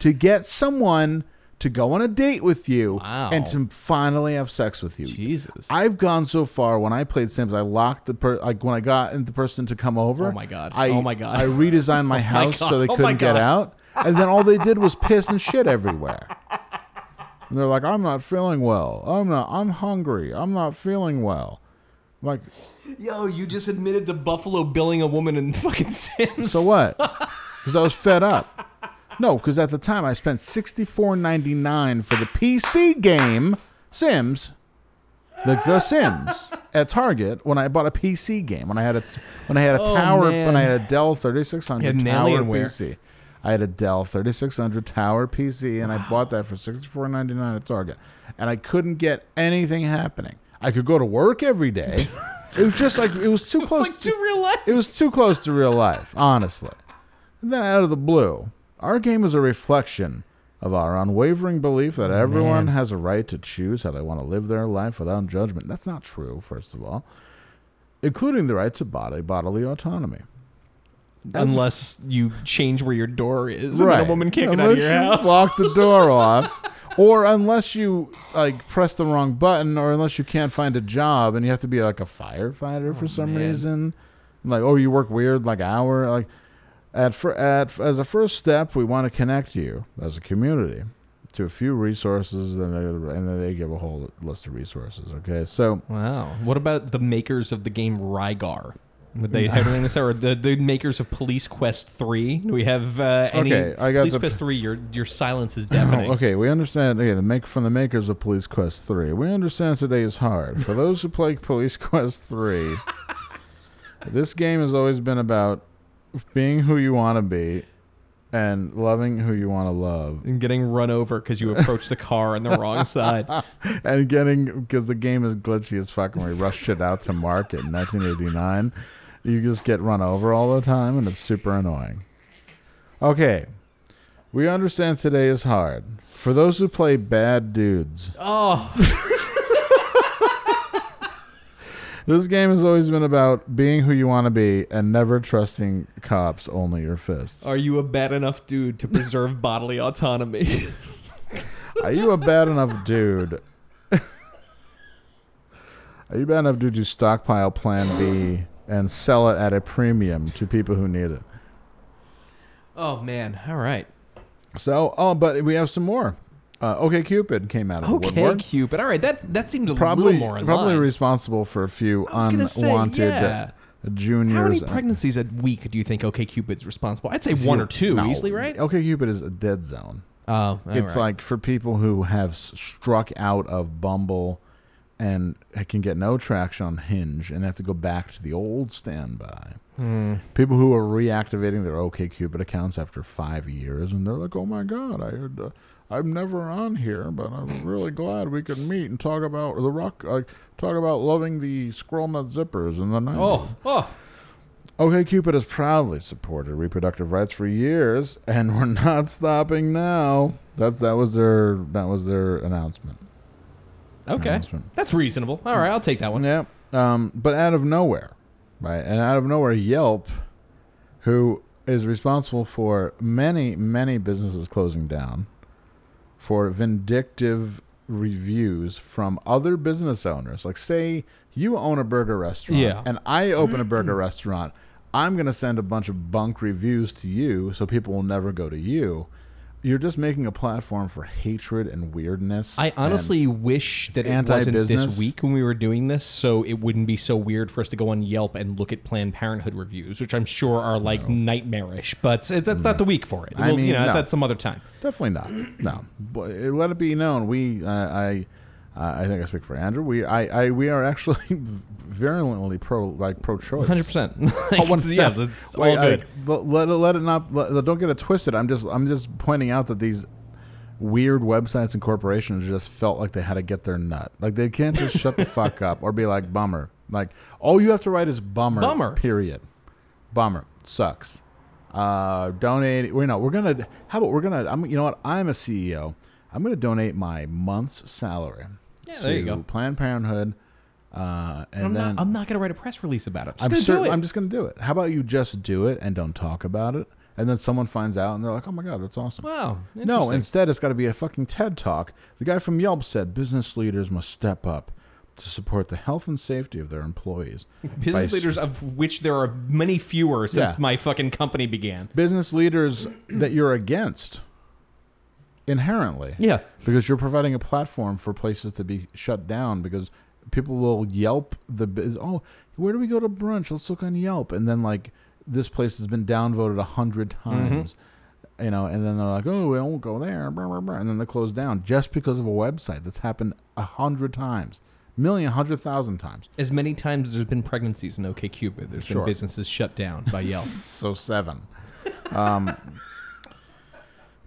To get someone to go on a date with you Wow. and to finally have sex with you. Jesus. I've gone so far when I played Sims. I locked the per- like when I got the person to come over. Oh my God. I, Oh my God. I redesigned my house God. so they Oh my couldn't get God. out, and then all they did was piss and shit everywhere. And they're like, "I'm not feeling well. I'm not. I'm hungry. I'm not feeling well." I'm like, Yo, you just admitted to Buffalo billing a woman in fucking Sims. So what? Because I was fed up. No, because at the time I spent sixty four ninety nine for the PC game Sims, like The Sims, at Target when I bought a PC game when I had a when I had a Oh, tower man. when I had a Dell thirty six You had hundred an tower Alienware. PC. I had a Dell thirty six hundred tower PC and I bought that for sixty four ninety nine at Target, and I couldn't get anything happening. I could go to work every day. it was just like it was too close. like to- to real life. it was too close to real life, honestly. And then out of the blue, our game is a reflection of our unwavering belief Oh, that everyone has a right to choose how they want to live their life without judgment. That's not true, first of all, including the right to body bodily autonomy. Unless you change where your door is, and then a woman can't unless get out of your you house. Lock the door off. Or unless you like press the wrong button, or unless you can't find a job and you have to be like a firefighter for some Oh, man. reason, like oh you work weird like hour like at fir- at as a first step we want to connect you as a community to a few resources and they, and then they give a whole list of resources. Okay, so Wow. What about the makers of the game Rygar? Would they have anything to say? Or the, the makers of Police Quest 3? Do we have uh, any? Okay, I got Police the- Quest 3, your, your silence is Oh, deafening. okay, we understand. Okay, the make from the makers of Police Quest Three. We understand today is hard for those who play Police Quest Three. this game has always been about being who you want to be and loving who you want to love, And getting run over because you approached the car on the wrong side. and getting because the game is glitchy as fuck. When we rushed it out to market in 1989, you just get run over all the time, and it's super annoying. Okay. We understand today is hard. For those who play bad dudes, Oh, This game has always been about being who you want to be and never trusting cops, only your fists. are you a bad enough dude to preserve bodily autonomy? Are you a bad enough dude? Are you bad enough dude to stockpile Plan B and sell it at a premium to people who need it? oh, man. All right. So, oh, but we have some more. Uh, okay, Cupid came out of the Okay, woodwork. Cupid. All right, that that seemed a Probably, little more in probably line. responsible for a few was gonna say, unwanted yeah. juniors. How many uh, pregnancies a week do you think OK Cupid's responsible? I'd say one or two No, easily, right? Okay, Cupid is a dead zone. Oh, all it's right. like for people who have s- struck out of Bumble and can get no traction on Hinge and have to go back to the old standby. Hmm. People who are reactivating their OKCupid accounts after five years and they're like, "Oh my god, I had, uh, I'm never on here, but I'm really glad we could meet and talk about the rock, uh, talk about loving the squirrel nut zippers in the night." oh, oh, OKCupid has proudly supported reproductive rights for years, and we're not stopping now. That's that was their that was their announcement. okay. Announcement. That's reasonable. All right, I'll take that one. Yep. Um, but out of nowhere, right? And out of nowhere, Yelp, who is responsible for many many businesses closing down for vindictive reviews from other business owners. Like, say you own a burger restaurant, Yeah. and I open a burger restaurant. I'm gonna send a bunch of bunk reviews to you, so people will never go to you. You're just making a platform for hatred and weirdness. I and- honestly wish that it wasn't this anti-business. week when we were doing this, so it wouldn't be so weird for us to go on Yelp and look at Planned Parenthood reviews, which I'm sure are like nightmarish. But it's, that's not the week for it. Mm. I Well, you mean, know, no. that's some other time. Definitely not. No, but uh, let it be known. We, uh, I, uh, I think I speak for Andrew. We, I, I we are actually virulently pro, like pro-choice. 100. percent Yeah, that's all Wait, I- good. let- let, it- let it not. Let, don't get it twisted. I'm just, I'm just pointing out that these weird websites and corporations just felt like they had to get their nut. Like they can't just shut the fuck up or be like bummer. Like all you have to write is bummer. Bummer. Period. Bummer. Sucks. Uh, donate. You know, we're gonna. How about we're gonna? I'm. You know what? I'm a CEO. I'm gonna donate my month's salary. Yeah, to there you go. Planned Parenthood. Uh, and I'm then not. I'm not going to write a press release about it. I'm, I'm just certain. going to do it. I'm just gonna do it. How about you just do it and don't talk about it? And then someone finds out and they're like, "Oh my god, that's awesome." wow. no, interesting. instead it's got to be a fucking TED talk. The guy from Yelp said business leaders must step up to support the health and safety of their employees. business by- leaders of which there are many fewer since Yeah. my fucking company began. business leaders that you're against inherently. Yeah. Because you're providing a platform for places to be shut down because people will Yelp the biz. Oh, where do we go to brunch? Let's look on Yelp. And then, like, this place has been downvoted a hundred times. You know, and then they're like, oh, we won't go there. Blah, blah, blah. And then they close down just because of a website that's happened a hundred times, million, hundred thousand times. As many times as there's been pregnancies in OKCupid, there's Sure. been businesses shut down by Yelp. So seven. Um,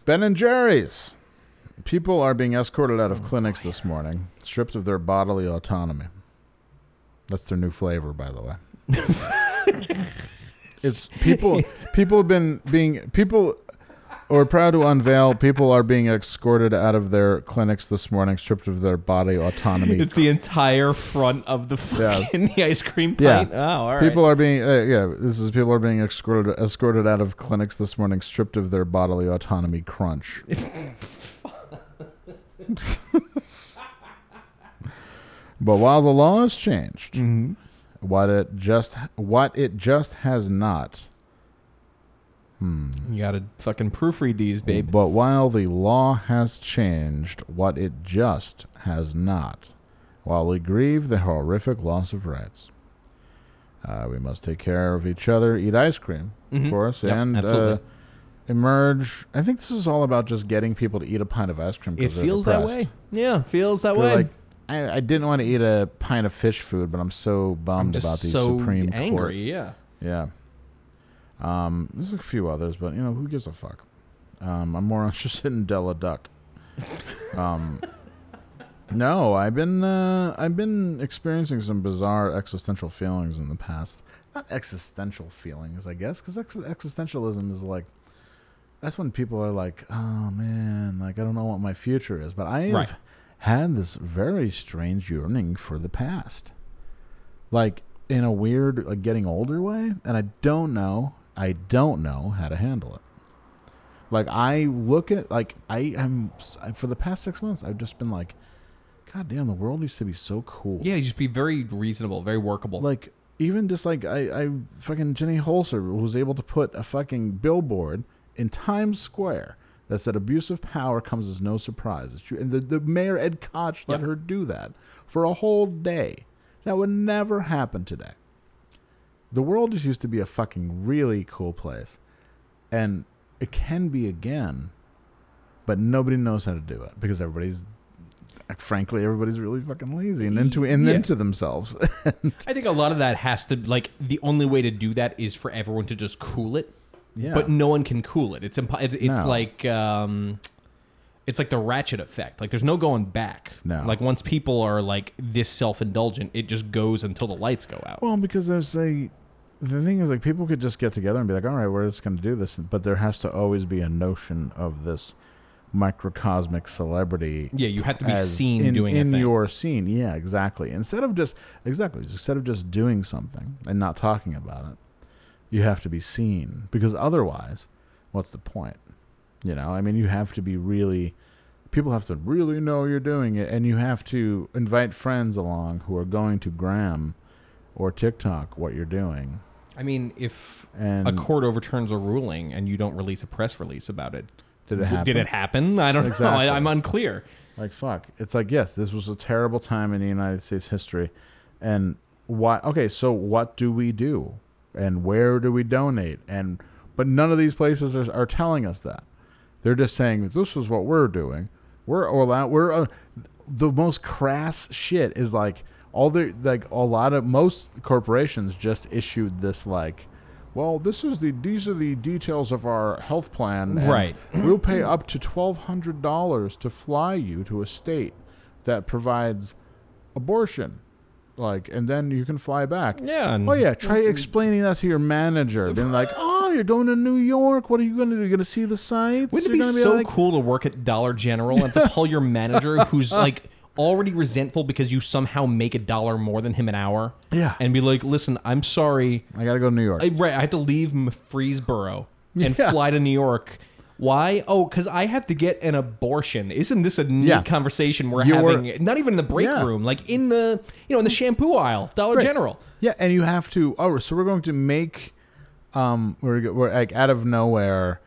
ben and Jerry's. People are being escorted out of clinics this morning, stripped of their bodily autonomy. That's their new flavor, by the way. it's people. People have been being people. We're proud to unveil people are being escorted out of their clinics this morning, stripped of their body autonomy. It's the entire front of the fucking the ice cream Yeah. pint. Oh, all right. people are being uh, yeah. This is people are being escorted escorted out of clinics this morning, stripped of their bodily autonomy. Crunch. but while the law has changed, Mm-hmm. what it just what it just has not. you gotta fucking proofread Oh, these, babe. But while the law has changed, what it just has not, while we grieve the horrific loss of rights, uh, we must take care of each other, eat ice cream, of course, Mm-hmm. Yep, and uh, absolutely. emerge. I think this is all about just getting people to eat a pint of ice cream. 'cause It they're feels that way. depressed. Yeah, feels that They're way. like, I, I didn't want to eat a pint of fish food, but I'm so bummed I'm just about the so Supreme angry. Court. Yeah. Yeah. Um, there's a few others, but you know, who gives a fuck? Um, I'm more interested in Della Duck. Um, no, I've been uh, I've been experiencing some bizarre existential feelings in the past. Not existential feelings, I guess, because ex- existentialism is like that's when people are like, "Oh man, like I don't know what my future is." But I've Right. had this very strange yearning for the past like in a weird like getting older way and i don't know i don't know how to handle it like i look at like i am for the past six months i've just been like god damn the world used to be so cool Yeah, you just be very reasonable, very workable. like even just like I, I fucking Jenny Holzer was able to put a fucking billboard in Times Square that said abuse of power comes as no surprise. It's true. And the, the mayor, Ed Koch, let Yeah. her do that for a whole day. That would never happen today. The world just used to be a fucking really cool place. And it can be again, but nobody knows how to do it because everybody's, frankly, everybody's really fucking lazy and into, and Yeah. into themselves. I think a lot of that has to like the only way to do that is for everyone to just cool it. Yeah. But no one can cool it. It's impo- it's, it's No. like um it's like the ratchet effect. Like there's no going back. No. Like once people are like this self-indulgent, it just goes until the lights go out. Well, because there's a the thing is like people could just get together and be like, all right, we're just going to do this, but there has to always be a notion of this microcosmic celebrity. yeah, you have to be as seen in, doing in a thing. your scene. Yeah, exactly. Instead of just exactly instead of just doing something and not talking about it, you have to be seen because otherwise, what's the point? You know, I mean, you have to be really. People have to really know you're doing it, and you have to invite friends along who are going to Gram or TikTok what you're doing. I mean, if And- a court overturns a ruling and you don't release a press release about it, Did it w- happen? Did it happen? I don't Exactly. know. I, I'm unclear. Like fuck. It's like yes, this was a terrible time in the United States history, and why? Okay, so what do we do, and where do we donate? And but none of these places are, are telling us that. They're just saying this is what we're doing. We're allowed. We're uh, the most crass shit is like all the like a lot of most corporations just issued this like. Well, this is the these are the details of our health plan. and Right. we'll pay up to twelve hundred dollars to fly you to a state that provides abortion. Like, and then you can fly back. Yeah, and- Mm-hmm. Oh yeah. Try explaining that to your manager. Being like, oh, you're going to New York. What are you going to do? You're going to see the sights. Wouldn't it be You're gonna so like-" cool to work at Dollar General and to call your manager who's like already resentful because you somehow make a dollar more than him an hour? Yeah. And be like, listen, I'm sorry. I gotta go to New York. I, right, I have to leave Murfreesboro and Yeah. fly to New York. Why? Oh, because I have to get an abortion. Isn't this a neat Yeah. conversation we're You're- having? Not even in the break Yeah. room, like in the you know in the shampoo aisle, Dollar Right. General. Yeah, and you have to. Oh, so we're going to make. Um, we're, go- we're like out of nowhere.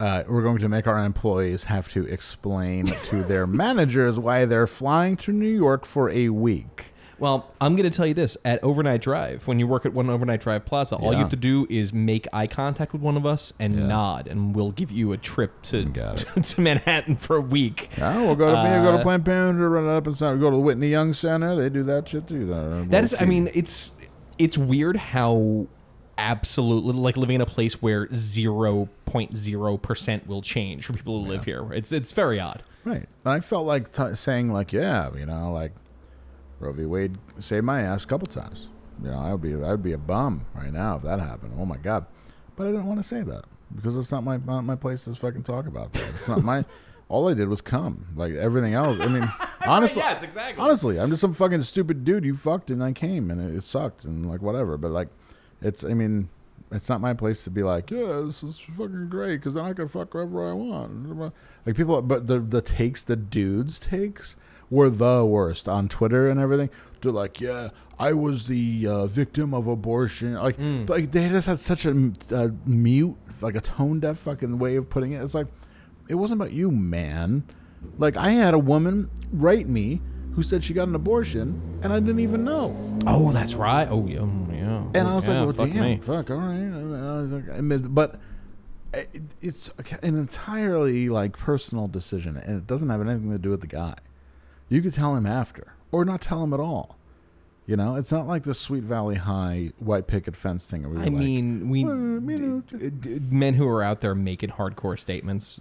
Uh, we're going to make our employees have to explain to their managers why they're flying to New York for a week. Well, I'm going to tell you this at Overnight Drive, when you work at one Overnight Drive Plaza, all you Yeah. have to do is make eye contact with one of us and nod, and we'll give you a trip to, Got to, Manhattan for a week. Oh, we'll go to we'll Uh, go to Planned Parenthood, run it up and we go to the Whitney Young Center. They do that shit too. That is, I mean, it's it's weird how absolutely like living in a place where 0.0% will change for people who live here. It's it's very odd. Right. And I felt like t- saying, like, yeah, you know, like Roe v. Wade saved my ass a couple times. You know, I would be, I would be a bum right now if that happened. Oh my god! But I didn't want to say that because it's not my, not my place to fucking talk about that. It's not my. All I did was come. Like everything else. I mean, honestly, yes, exactly. Honestly, I'm just some fucking stupid dude. You fucked and I came and it, it sucked and like whatever. But like, it's. I mean. It's not my place to be like, yeah, this is fucking great because then I can fuck whoever I want. Like people, but the the takes the dudes takes were the worst on Twitter and everything. They're like, yeah, I was the uh, victim of abortion. Like, but, like they just had such a uh, mute, like a tone deaf fucking way of putting it. It's like, it wasn't about you, man. Like I had a woman write me who said she got an abortion and I didn't even know. Oh, that's right. Oh, yeah. mm, yeah. And Oh, I was yeah, like, well, fuck damn, me. fuck, all right. And I was like- I mean, but it, it's an entirely like personal decision, and it doesn't have anything to do with the guy. You could tell him after, or not tell him at all. You know, it's not like the Sweet Valley High white picket fence thing. Where we were I like, mean, we "Well, you know, d- d- men who are out there making hardcore statements.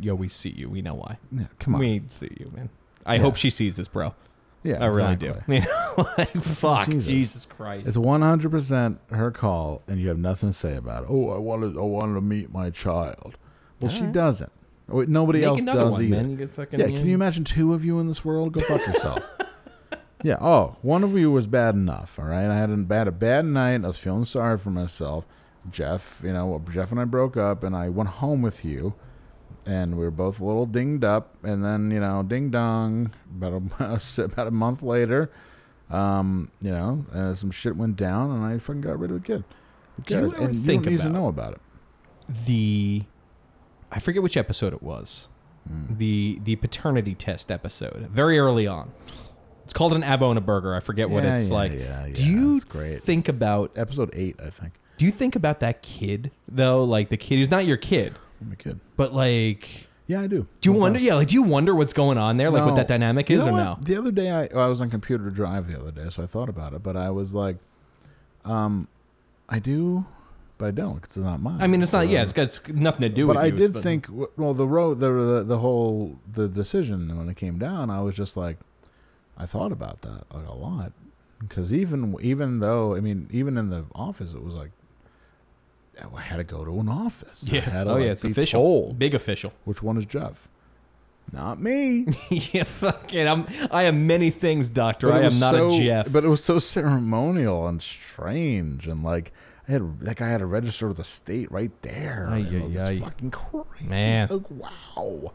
Yo, we see you. We know why. Yeah, come on. We see you, man. I hope she sees this, bro. yeah, I really exactly. do. You know, like, fuck, Jesus. Jesus, Christ. It's one hundred percent her call, and you have nothing to say about it. Oh, I wanted, I wanted to meet my child. Well, she doesn't. Oh, Nobody Make else another does one, either. man. You get fucking yeah, can you imagine two of you in this world? Go fuck yourself. yeah. Oh, one of you was bad enough. All right, I had a bad a bad night. I was feeling sorry for myself. Jeff, you know, Jeff and I broke up, and I went home with you, and we were both a little dinged up. And then you know, ding dong. About a, about a month later, um, you know, uh, some shit went down, and I fucking got rid of the kid. Who Do you cares? ever and you think don't need about- to know about it? the I forget which episode it was. Hmm. The the paternity test episode, very early on. It's called an Abona burger. I forget what Yeah, it's yeah, like. yeah, yeah, Do you it's great. think about Episode eight, I think. do you think about that kid though? Like the kid who's not your kid, I'm a kid. but like Yeah, I do. do you wonder? Sometimes. Yeah, like do you wonder what's going on there? Like No. what that dynamic You is know or what? no? The other day, I, I was on computer drive the other day, so I thought about it, but I was like, um, I do, but I don't 'cause it's not mine. I mean, it's not. So- Yeah, it's got it's nothing to do But with. I you, did but- think, w- well, the road, the, the the whole the decision when it came down, I was just like, I thought about that like a lot, because even even though I mean, even in the office, it was like, I had to go to an office. I Yeah. had to, oh like, yeah, it's be official. told, Big official. Which one is Jeff? Not me. yeah, fucking. I'm. I am many things, doctor. But it I am was not so- a Jeff. But it was so ceremonial and strange, and like I had that guy had to register with the state right there. Ay, and it ay, was ay. Fucking crazy. Man. like wow.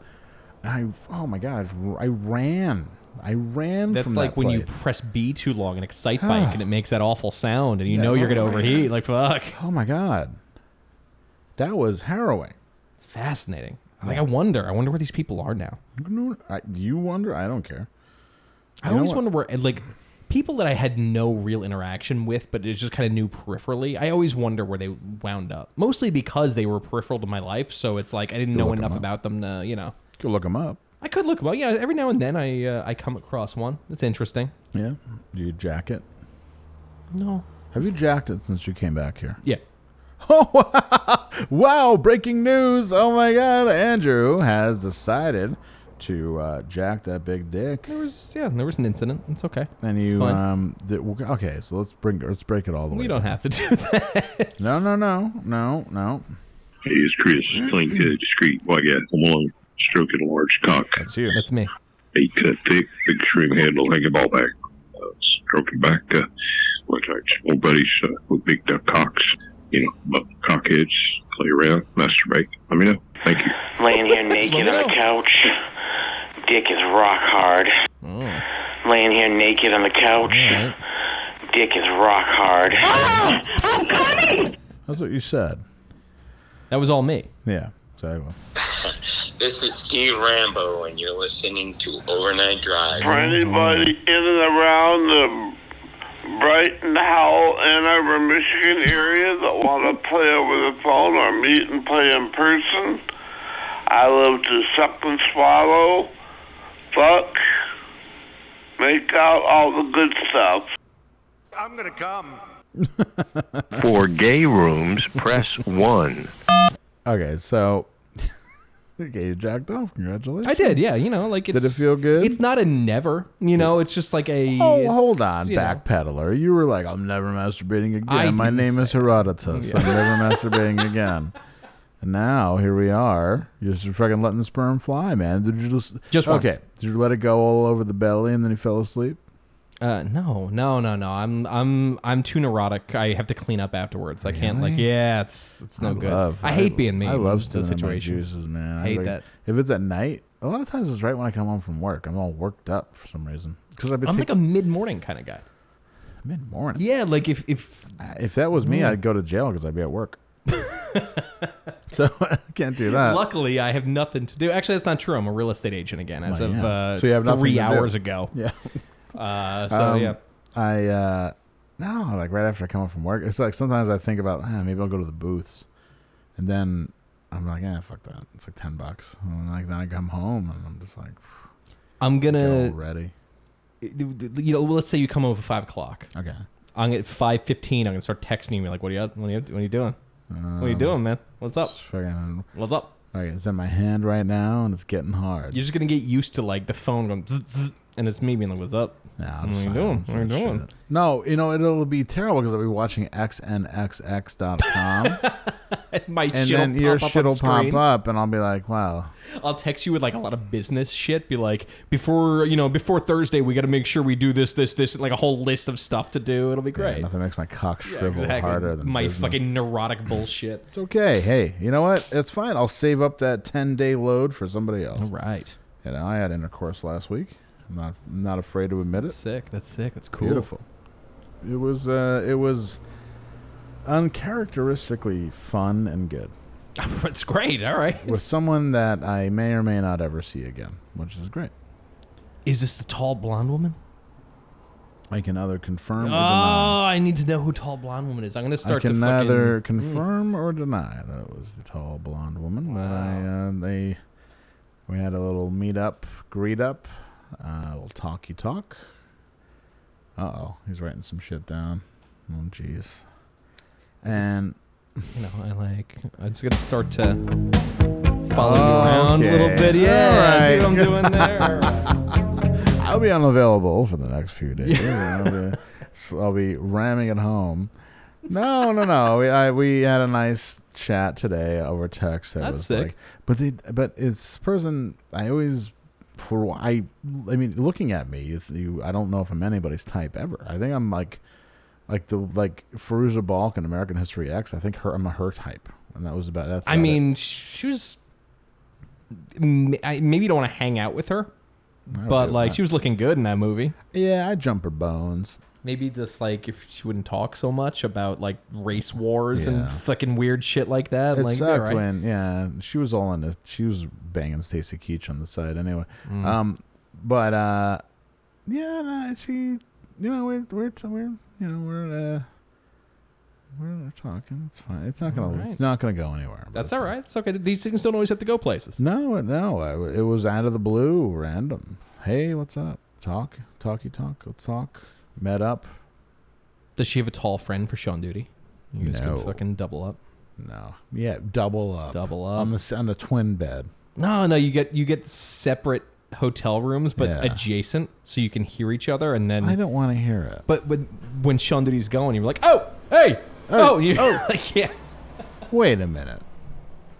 And I oh my god, I ran. I ran. That's from like that when you place. Ah. press B too long and excite bike and it makes that awful sound and you Yeah, know you're gonna oh, overheat. Like fuck. Oh my god, that was harrowing. It's fascinating. Like I wonder. I wonder where these people are now. I- You wonder? I don't care. I You know always what? wonder where like people that I had no real interaction with, but it's just kind of knew peripherally. I always wonder where they wound up. Mostly because they were peripheral to my life, so it's like I didn't know look 'em enough up. about them to you know. Go look him up. I could look them up. Yeah, every now and then I uh, I come across one. It's interesting. Yeah. Do you jack it? No. Have you jacked it since you came back here? Yeah. Wow, breaking news. Oh my god, Andrew has decided to uh, jack that big dick. There was yeah, there was an incident. It's okay. And It's you fine. um th- okay, so let's bring let's break it all the way. we don't down. have to do that. No, no, no. No, no. Hey, it's Chris, clean cut, discreet, white guy. I'm along, stroking a large cock. That's you. That's me. Eight cut thick, big string handle, hanging ball back. Uh, stroking back, uh, one time, old buddies uh, with big duck cocks, you know, cockheads, play around, masturbate. Let me know. Thank you. Laying here naked on the couch. Dick is rock hard. Laying here naked on the couch. Dick is rock hard. That's what you said. That was all me. Yeah. Exactly. This is Steve Rambo, and you're listening to Overnight Drive. For anybody in and around the Brighton, Howell, Ann Arbor, Michigan area that want to play over the phone or meet and play in person, I love to suck and swallow, fuck, make out all the good stuff. I'm gonna come. For gay rooms, press 1. Okay, so okay, you jacked off. Congratulations. I did, yeah. You know, like it's, it feel good? It's not a never. You know, it's just like a. Oh, it's, hold on, you know. backpedaler. You were like, I'm never masturbating again. I My didn't name is Herodotus. I'm never masturbating again. And now here we are. You're just fucking letting the sperm fly, man. Did you just Just once. okay? Did you let it go all over the belly and then you fell asleep? Uh, no, no, no, no. I'm, I'm, I'm too neurotic. I have to clean up afterwards. I can't like, yeah, it's, it's no I good. love- I hate being me. Uh, I love in those stimulating my situations. juices, man. Hate like- that. If it's at night, a lot of times it's right when I come home from work. I'm all worked up for some reason because I've been I'm like a taking mid morning kind of guy. mid morning. Yeah, like if, if If that was me, I'd go to jail because I'd be at work. so I can't do that. luckily I have nothing to do. Actually, that's not true. I'm a real estate agent again as Well, of yeah. uh, So you have nothing to three do. hours ago. Yeah. Uh, so Um, yeah, I uh no, like right after I come home from work, it's like sometimes I think about ah, maybe I'll go to the booths, and then I'm like, ah, fuck that. It's like ten bucks, and like then I come home and I'm just like I'm gonna. already You know, let's say you come over at five o'clock. okay. I'm at five fifteen. I'm gonna start texting me like, "What are you? up- What are you? What are you doing? What are you doing, man? What's up? It's fucking What's up?" okay. It's in my hand right now, and it's getting hard. You're just gonna get used to like the phone going, zzz, zzz, and it's me being like, "What's up? Nah, I'm what are you silent. doing? It's What are you like doing?" shit. No, you know it'll be terrible because I'll be watching xnxx.com, My and shit'll then your pop up on shit'll pop screen. up, and I'll be like, wow. I'll text you with like a lot of business shit. Be like, before you know, before Thursday, we got to make sure we do this, this, this, like a whole list of stuff to do. It'll be Yeah, great. nothing makes my cock Yeah, shrivel exactly. harder than my business. fucking neurotic bullshit. It's okay. Hey, you know what? It's fine. I'll save up that ten day load for somebody else. All right, You know, I had intercourse last week. I'm not I'm not afraid to admit it. that's sick. That's sick. That's cool. Beautiful. It was uh, it was uncharacteristically fun and good. That's great. All right. With someone that I may or may not ever see again, which is great. Is this the tall blonde woman? I can either confirm or Oh, deny. I need to know who tall blonde woman is. I'm gonna start I can to fucking- neither Mm. confirm or deny that it was the tall blonde woman. But I, uh, they, we had a little meet up, greet up, uh, a little talky talk. Uh oh, he's writing some shit down. Oh jeez. And you know, I like. I'm just gonna start to follow you around a little Okay. bit. Yeah, All see what I'm right. doing there. I'll be unavailable for the next few days. I'll, be, so I'll be ramming it home. No, no, no. We I, we had a nice chat today over text. That That's was sick. Like, but they, but it's this person. I always for wh- I I mean, looking at me, if you, I don't know if I'm anybody's type ever. I think I'm like like the like Feruza Balk in American History X. I think her I'm a her type, and that was about that's. I about it. mean, she was. m- I maybe you don't want to hang out with her, but would like not. she was looking good in that movie. yeah, I jump her bones. Maybe just like if she wouldn't talk so much about like race wars Yeah. and fucking weird shit like that. It like, sucked alright. when yeah, she was all in this. She was banging Stacey Keach on the side anyway. Mm. Um, but uh, yeah, no, she, you know, we're we're t- we're you know we're uh, we're, we're talking. It's fine. It's not gonna Alright. it's not gonna go anywhere. but That's it's all right. It's okay. These things don't always have to go places. No, no, I, it was out of the blue, random. Hey, what's up? Talk, talky talk. Let's talk. Met up. Does she have a tall friend for Sean Duty? You guys No. could fucking double up. No. Yeah, double up. Double up. on the s- on the twin bed. Um, No, no, you get you get separate hotel rooms, but Yeah. adjacent, so you can hear each other, and then. I don't want to hear it. But when when Sean Duty's going, you're like, oh, hey, oh, you, like, yeah. Wait a minute.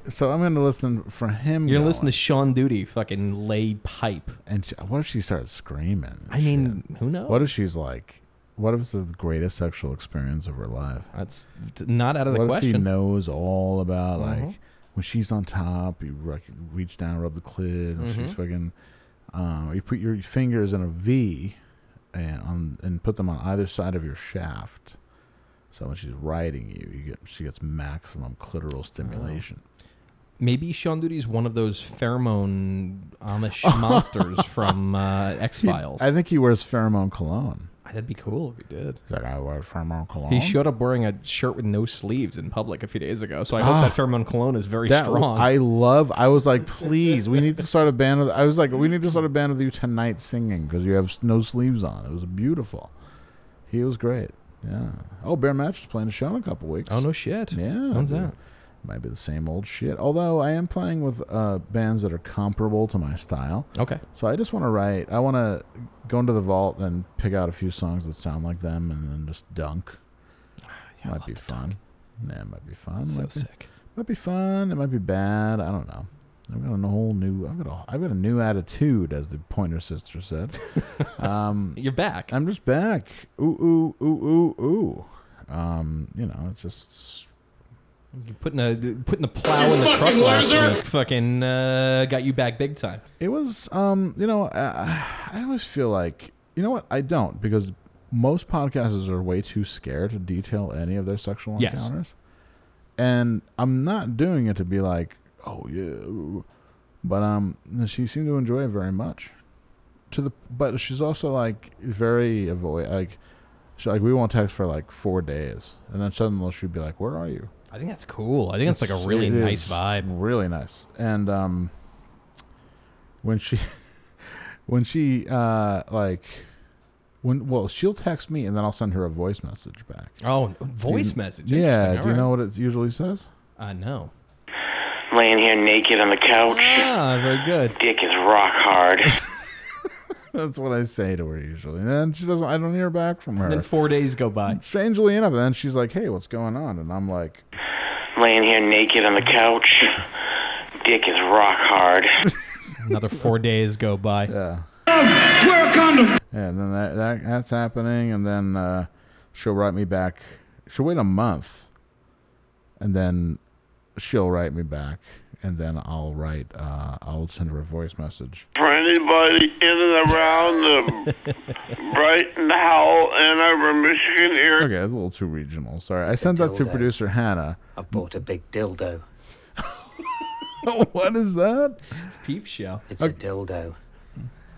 So I'm going to listen for him. You're gonna listen to Sean Duty fucking lay pipe. And she, what if she starts screaming? I mean, who knows? What if she's like? What if it's the greatest sexual experience of her life? That's not out of the what If she question. knows all about like Mhm. when she's on top, you re- reach down, rub the clit, and she's Mhm. fucking. Um, you put your fingers in a V, and on and put them on either side of your shaft. So when she's riding you, you get she gets maximum Oh. clitoral stimulation. Maybe Sean Duty's one of those pheromone Amish monsters from uh, X Files. I think he wears pheromone cologne. That'd be cool if he did. He's like, I wear pheromone cologne. He showed up wearing a shirt with no sleeves in public a few days ago, so I hope Ah. that pheromone cologne is very That- strong. I love. I was like, please, we need to start a band. With, I was like, we need to start a band with you tonight singing because you have s- no sleeves on. It was beautiful. He was great. Yeah. Oh, Bear Match is playing a show in a couple weeks. oh no shit! Yeah. When's dude. that? Might be the same old shit. Although I am playing with uh, bands that are comparable to my style. Okay. So I just want to write. I want to go into the vault and pick out a few songs that sound like them, and then just dunk. might be fun. Yeah, it might be fun. So Might be- sick. might be fun. It might be bad. I don't know. I've got a whole new. I've got a. I've got a new attitude, as the Pointer Sister said. um, You're back. I'm just back. Ooh ooh ooh ooh ooh. Um, you know, it's just You're putting a putting the plow in the truck last week. Fucking uh, got you back big time. It was, um, you know, I, I always feel like, you know what? I don't because most podcasters are way too scared to detail any of their sexual Yes. encounters, and I'm not doing it to be like, oh yeah, ooh." but um, she seemed to enjoy it very much. To the, but she's also like very avoid like, she, like we won't text for like four days, and then suddenly she'll be like, where are you? I think that's cool. I think that's like a It's- really it nice is vibe. Really nice. And um, when she, when she uh, like, when well, she'll text me and then I'll send her a voice message back. Oh, Do voice you- message. Yeah. Interesting. Do you know what it usually says? I know. Laying here naked on the couch. Ah, very good. Dick is rock hard. That's what I say to her usually. And then she doesn't. I don't hear back from her. Then four days go by. Strangely enough, and then she's like, "Hey, what's going on?" And I'm like, Laying here naked on the couch. Dick is rock hard. Another four days go by. "Yeah." Wear a condom. Yeah, and then that, that that's happening, and then uh, she'll write me back. She'll wait a month, and then she'll write me back, and then I'll write. Uh, I'll send her a voice message. For anybody in and around the Brighton, Howell, Ann Arbor, Michigan area. Okay, that's a little too regional. Sorry, I sent that to dildo. producer Hannah. I've bought a big dildo. what is that? It's peep show. It's a dildo.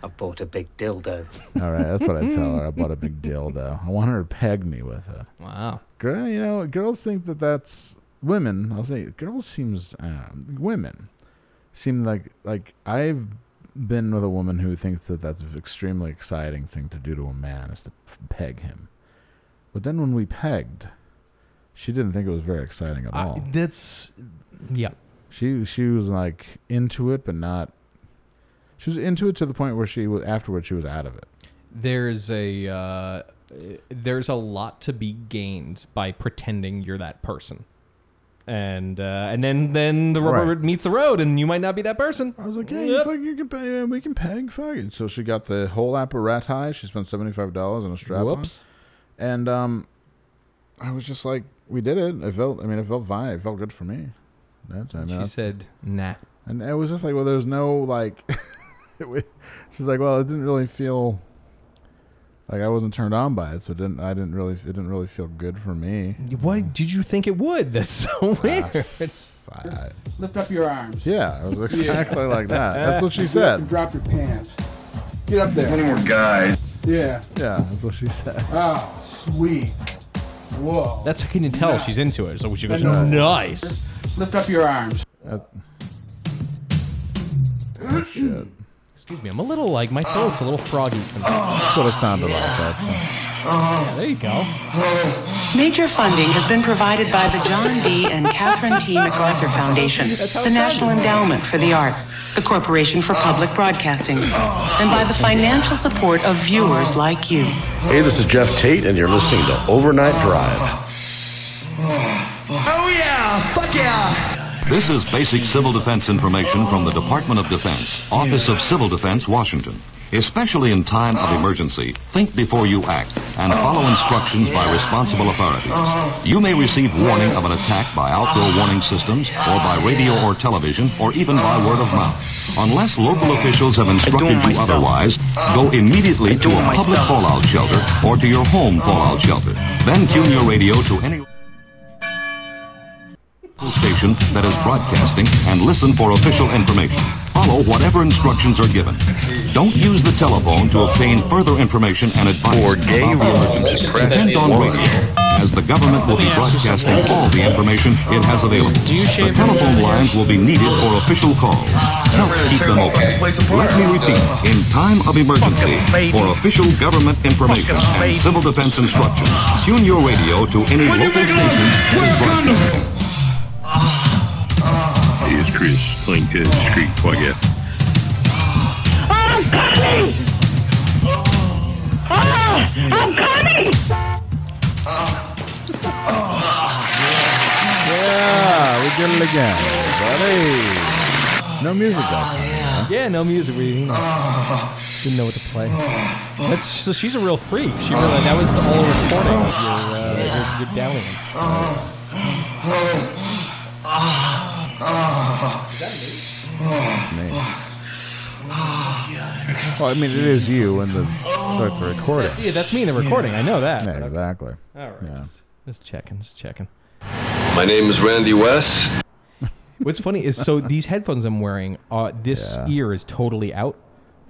I've bought a big dildo. All right, that's what I tell her. I bought a big dildo. I want her to peg me with it. Wow. Girl, you know, girls think that that's women. I'll say girls seems um, women seem like like I've been with a woman who thinks that that's an extremely exciting thing to do to a man is to peg him. But then when we pegged, she didn't think it was very exciting at all. That's yeah. She she was like into it, but not. She was into it to the point where she was afterwards she was out of it. There's a uh, there's a lot to be gained by pretending you're that person. And uh, and then then the rubber Right. meets the road, and you might not be that person. I was like, yeah, you, fuck, you can peg, yeah, we can peg, fuck it. So she got the whole apparatus. She spent seventy five dollars on a strap. Whoops. And um, I was just like, we did it. I felt. I mean, it felt fine. It felt good for me. That's, I mean, She that's- said, "Nah." And it was just like, well, there's no like. it wa- She's like, well, it didn't really feel. Like I wasn't turned on by it, so it didn't I didn't really it didn't really feel good for me. Why did you think it would? That's so weird. It's fine. Lift up your arms. Yeah, it was exactly like that. That's what she said. Drop your pants. Get up there. guys. Yeah. Yeah, that's what she said. Oh, sweet. Whoa. That's how can you tell she's into it. So she goes, Right. "Nice." Lift up your arms. Excuse me, I'm a little like my throat's a little froggy tonight. That's what it sounded like. Yeah, there you go. Major funding has been provided by the John D. and Catherine T. MacArthur Foundation, That's how the it National sounded. Endowment for the Arts, the Corporation for Public Broadcasting, and by the financial support of viewers like you. Hey, this is Jeff Tate, and you're listening to Overnight Drive. Oh yeah, fuck yeah. This is basic civil defense information from the Department of Defense, Office of Civil Defense, Washington. Especially in time of emergency, think before you act and follow instructions by responsible authorities. You may receive warning of an attack by outdoor warning systems or by radio or television or even by word of mouth. Unless local officials have instructed you myself. otherwise, go immediately to a public myself. fallout shelter or to your home fallout shelter. Then tune your radio to any station that is broadcasting and listen for official information. Follow whatever instructions are given. Don't use the telephone to obtain further information and advice about the emergency. Depend on radio, as the government will be broadcasting all the information it has available. The telephone lines will be needed for official calls. Help keep them open. Let me repeat, in time of emergency, for official government information and civil defense instructions, tune your radio to any local station that is broadcasting. Hey, it's Chris, playing Ted Street Quagget. I'm coming! Ah, I'm coming! Yeah, we did it again, buddy. No music that time. Yeah, no music. We you know, didn't know what to play. That's so she's a real freak. She really that was all a recording of your uh, your, your dalliance. Me. Well, I mean, it is you and the, like, the recording. That's, yeah, that's me in the recording. I know that. Yeah, exactly. All right, just, just checking, just checking. My name is Randy West. What's funny is so these headphones I'm wearing, uh, this ear is totally out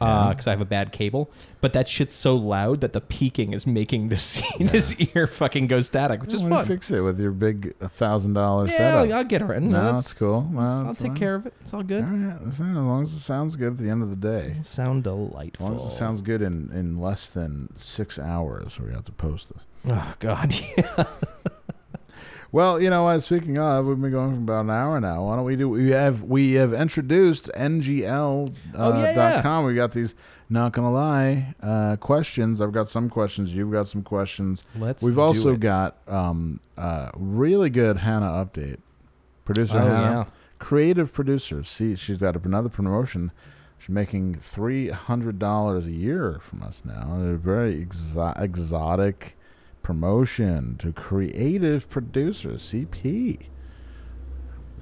because I have a bad cable. But that shit's so loud that the peaking is making this this ear fucking go static, which is Why don't you fun. Fix it with your big thousand dollar Yeah, setup. I'll get her in. No, That's- it's cool. No, I'll it's take fine. care of it. It's all good. All right, it's fine, as long as it sounds good at the end of the day. Sound delightful. As long as it sounds good in, in less than six hours, we have to post this. Oh God, yeah. Well, you know what? Speaking of, we've been going for about an hour now. Why don't we do? We have we have introduced ngl uh, Oh, yeah, yeah. dot com. We got these. Not gonna lie, uh, questions. I've got some questions. You've got some questions. Let's We've do also it. got um, uh, really good Hannah update. Producer Oh, Hannah, yeah. creative producer. See, she's got another promotion. She's making three hundred dollars a year from us now. A very exo- exotic promotion to creative producer CP.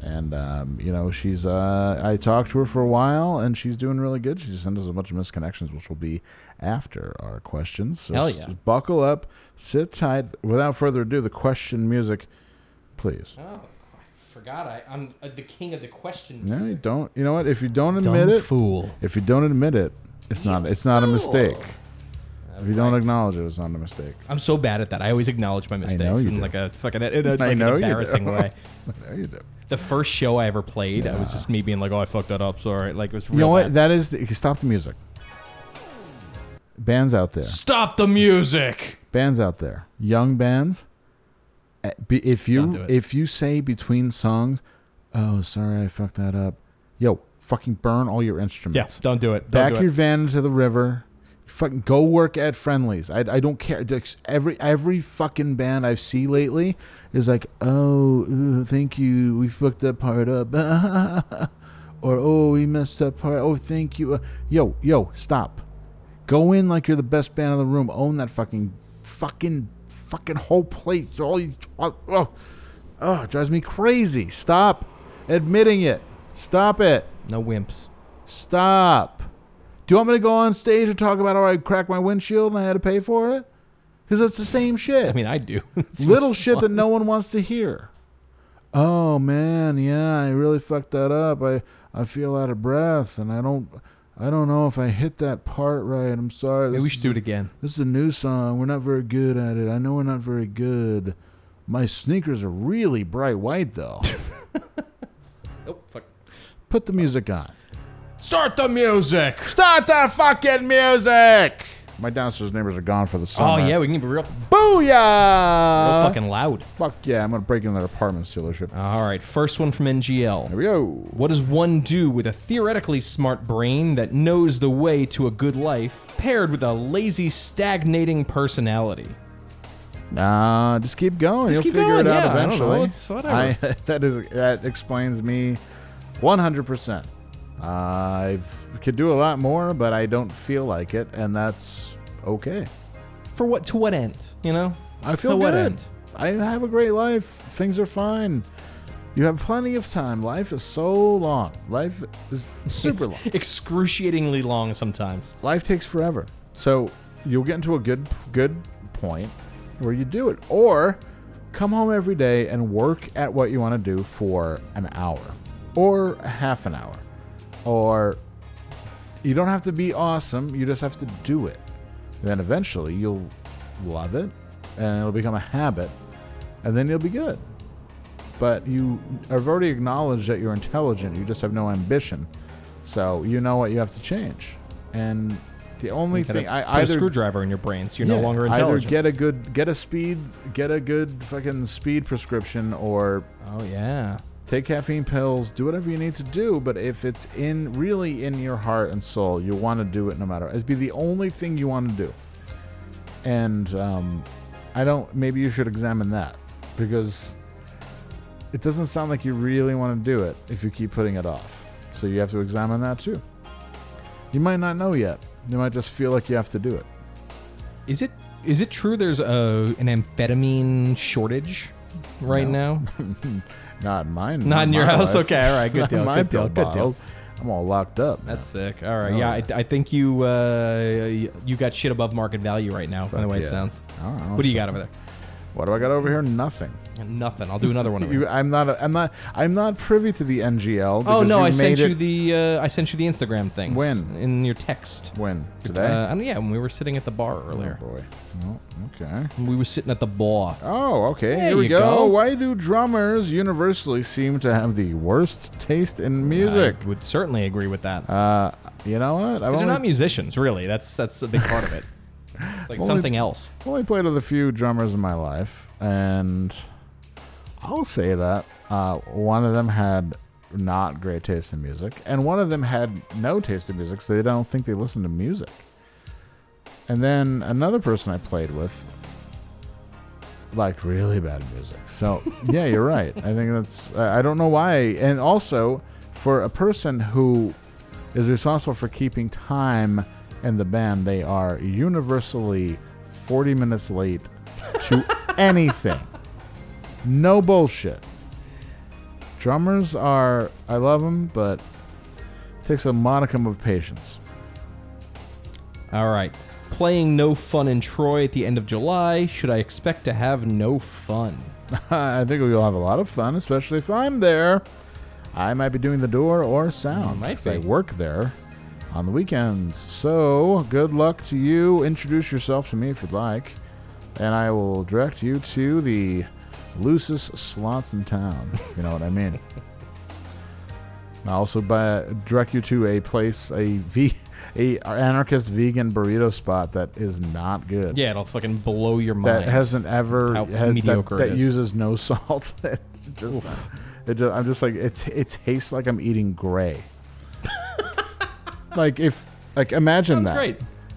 And um, you know, she's uh, I talked to her for a while, and she's doing really good. She sent us a bunch of misconnections, which will be after our questions. So Hell s- yeah. buckle up, sit tight. Without further ado, the question music, please. Oh, forgot. I, I'm uh, the king of the question. No, you don't. You know what? If you don't admit Dumb it, fool. If you don't admit it, it's not. It's not a mistake. If you don't acknowledge it, it's not a mistake. I'm so bad at that. I always acknowledge my mistakes know you in do. like a fucking in a, I like an know you do. embarrassing way. I know you do. The first show I ever played, I was just me being like, "Oh, I fucked that up." Sorry. Like it was. You Real know what? bad. That is. The, stop the music. Bands out there. Stop the music. Bands out there. Young bands. eh, be- If you if you say between songs, oh sorry I fucked that up. Yo, fucking burn all your instruments. Yeah, don't do it. Don't Back do it. your van into the river. Fucking go work at Friendlies. I, I don't care. Just Every every fucking band I see lately is like, oh, ooh, thank you. We fucked that part up. or, oh, we messed that part. Oh, thank you. Uh, Yo, yo, stop. Go in like you're the best band in the room. Own that fucking, fucking, fucking whole plate. All you, oh, oh, oh, it drives me crazy. Stop admitting it. Stop it. No wimps. Stop. Do you want me to go on stage and talk about how I cracked my windshield and I had to pay for it? Because it's the same shit. I mean, I do. It's Little just shit that fun. no one wants to hear. Oh man, yeah, I really fucked that up. I I feel out of breath and I don't I don't know if I hit that part right. I'm sorry. Maybe we should do it again. This is a new song. We're not very good at it. I know we're not very good. My sneakers are really bright white though. Oh fuck. Put the music on. Start the music. Start the fucking music. My downstairs neighbors are gone for the summer. Oh yeah, we can be real. Booyah! Real fucking loud. Fuck yeah, I'm gonna break into their apartment dealership. All right, first one from NGL. Here we go. What does one do with a theoretically smart brain that knows the way to a good life, paired with a lazy, stagnating personality? Nah, just keep going. Just You'll keep figure going, it out yeah, I don't know, eventually. it's whatever. I- that is that explains me 100%. I could do a lot more, but I don't feel like it, and that's okay. For what? To what end? You know? I feel to good. what end? I have a great life. Things are fine. You have plenty of time. Life is so long. Life is super It's long. Excruciatingly long sometimes. Life takes forever. So you'll get into a good good point where you do it. Or come home every day and work at what you want to do for an hour or a half an hour. Or you don't have to be awesome, you just have to do it. then eventually you'll love it and it'll become a habit and then you'll be good. But you have already acknowledged that you're intelligent, you just have no ambition. So you know what you have to change. And the only You gotta thing I put either a screwdriver in your brain, so you're yeah, no longer Either intelligent. get a good get a speed get a good fucking speed prescription or oh yeah. Take caffeine pills, do whatever you need to do, but if it's in really in your heart and soul, you want to do it no matter. It'd be the only thing you want to do. And um, I don't maybe you should examine that because it doesn't sound like you really want to do it if you keep putting it off. So you have to examine that too. You might not know yet. You might just feel like you have to do it. Is it is it true there's a an amphetamine shortage right No. Not in mine. Not in your my house? life. Okay, all right, good Not deal, my good deal, pill good deal. bottle. I'm all locked up. now? That's sick. All right, No. yeah, I, I think you uh, you got shit above market value right now. by the Fuck way, yeah. it sounds. All right, what do you got awesome. over What do I got over here? Nothing. there? Nothing. I'll do another one. Over You- here. I'm not. A, I'm not. I'm not privy to the NGL. Oh because no, I made sent it- you the uh, I sent you the Instagram thing. When? in your text? When today? Uh, I don't, yeah, when we were sitting at the bar earlier. Oh, boy. Oh, okay. We were sitting at the bar. Oh, okay. There Here we you go. go. Why do drummers universally seem to have the worst taste in music? I would certainly agree with that. Uh, you know what? I've Because only, they're not musicians, really. That's that's a big part of it. It's like Only- something else. I've only played with a few drummers in my life, and I'll say that uh, one of them had not great taste in music, and one of them had no taste in music, so they don't think they listen to music. And then another person I played with liked really bad music. So yeah, you're right. I think that's. I I don't know why. And also, for a person who is responsible for keeping time in the band, they are universally 40 minutes late to anything. No bullshit. Drummers are. I love them, but it takes a modicum of patience. All right. Playing No Fun in Troy at the end of July. Should I expect to have no fun? I think we'll have a lot of fun, especially if I'm there. I might be doing the door or sound. Might I work there on the weekends. So good luck to you. Introduce yourself to me if you'd like, and I will direct you to the loosest slots in town. if You know what I mean. I also buy, direct you to a place, a v, a anarchist vegan burrito spot that is not good. Yeah, it'll fucking blow your mind. that hasn't ever How had- that- mediocre that, it is. uses no salt. it just, Oof. it just, I'm just like it. It tastes like I'm eating gray. like if like imagine Sounds that. great.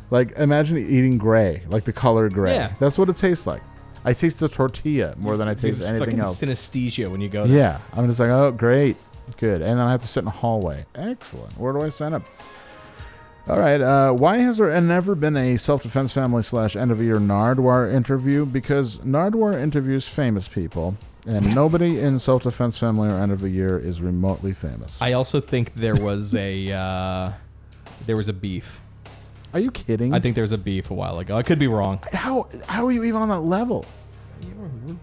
Like imagine eating gray, like the color gray. Yeah. That's what it tastes like. I taste the tortilla more than I It's taste anything fucking else. Synesthesia when you go. There. Yeah, I'm just like, oh, great, good, and then I have to sit in a hallway. Excellent. Where do I sign up? All right. Uh, why has there never been a self-defense family slash end of year Nardwar interview? Because Nardwar interviews famous people, and nobody in self-defense family or end of the year is remotely famous. I also think there was a uh, there was a beef. Are you kidding? I think there was a beef a while ago. I could be wrong. How how are you even on that level?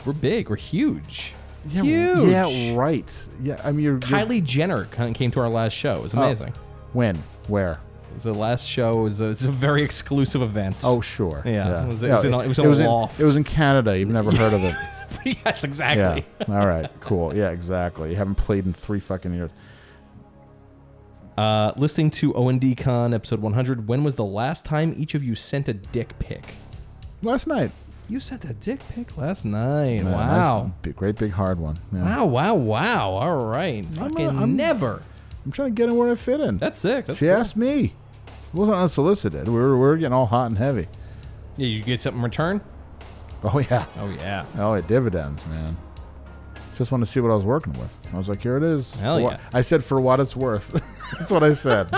We're big. We're huge. Yeah, huge. Yeah, right. Yeah, I mean, you're, you're- Kylie Jenner c- came to our last show. It was Oh. amazing. When? Where? It was the last show. It was a, it was a very exclusive event. Oh, sure. Yeah. It was, it Yeah, was in a, it was in a in- loft. it was in Canada. You've never heard of it. yes, exactly. Yeah. All right. Cool. Yeah. Exactly. You haven't played in three fucking years. Uh, listening to OND Con episode 100, when was the last time each of you sent a dick pic? Last night. You sent a dick pic last night. Yeah, nice- wow. big- great big hard one. Yeah. Wow, wow, wow. All right. Fucking I'm- never. I'm trying to get in where I fit in. That's sick. That's she cool. asked me. It wasn't unsolicited. We were, we were getting all hot and heavy. Yeah, you get something in return? Oh yeah. Oh, yeah. Oh, it dividends, man. Just wanted to see what I was working with. I was like, here it is. Hell For wha- yeah. I said for what it's worth. That's what I said.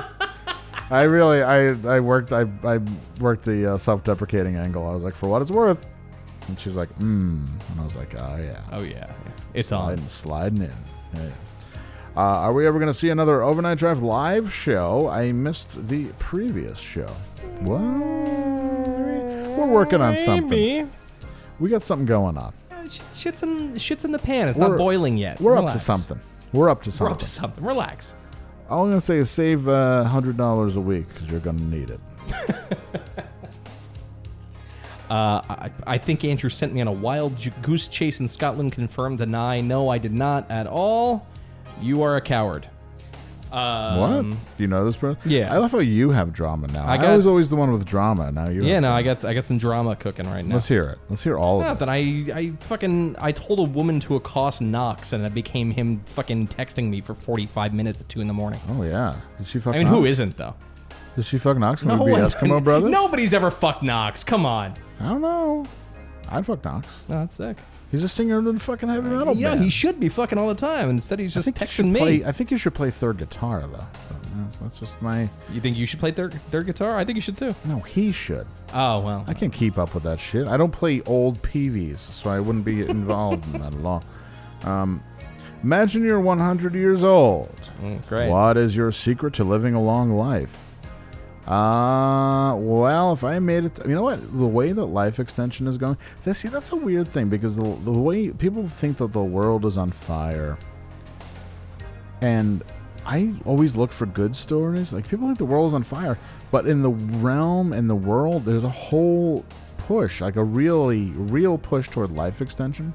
I really, I, I worked, I, I worked the uh, self-deprecating angle. I was like, for what it's worth. And she's like, mm. And I was like, oh yeah. Oh, yeah. It's sliding, on. Sliding in. Yeah. Uh, are we ever going to see another Overnight Drive live show? I missed the previous show. What? We're working on Maybe. something. We got something going on. Uh, sh- Shit's in, shit's in the pan. It's We're- not boiling yet. We're up to Relax. something. We're up to something. We're up to something. Relax. All I'm gonna say is save uh, hundred dollars a week because you're gonna need it. Uh, I, I think Andrew sent me on a wild ju- goose chase in Scotland. Confirm, deny. No, I did not at all. You are a coward. Um, what? Do you know this person? yeah. I love how you have drama now. I I, got- was always the one with drama. Now you. Yeah, have no, I drama. got I got some drama cooking right now. Let's hear it. Let's hear all of it. Nothing. I I fucking I told a woman to accost Knox, and it became him fucking texting me for forty five minutes at two in the morning. Oh yeah. Did she fuck? I mean, who Knox? isn't though? Did she fuck Knox? No the one- Eskimo brother. Nobody's ever fucked Knox. Come on. I don't know. I'd fuck Knox. No, that's sick. He's a singer in a fucking heavy metal Yeah, band. he should be fucking all the time. Instead, he's just you texting should me. play- I think you should play third guitar though. But, you know, That's just my. You think you should play third third guitar? I think you should too. No, he should. Oh well. I can't keep up with that shit. I don't play old PVs, so I wouldn't be involved in that at all. Um, imagine you're 100 years old. great. What is your secret to living a long life? Uh, well, if I made it, you know what? The way that life extension is going, that, see, that's a weird thing because the, the way people think that the world is on fire, and I always look for good stories. Like people think the world is on fire, but in the realm in the world, there's a whole push, like a really real push toward life extension,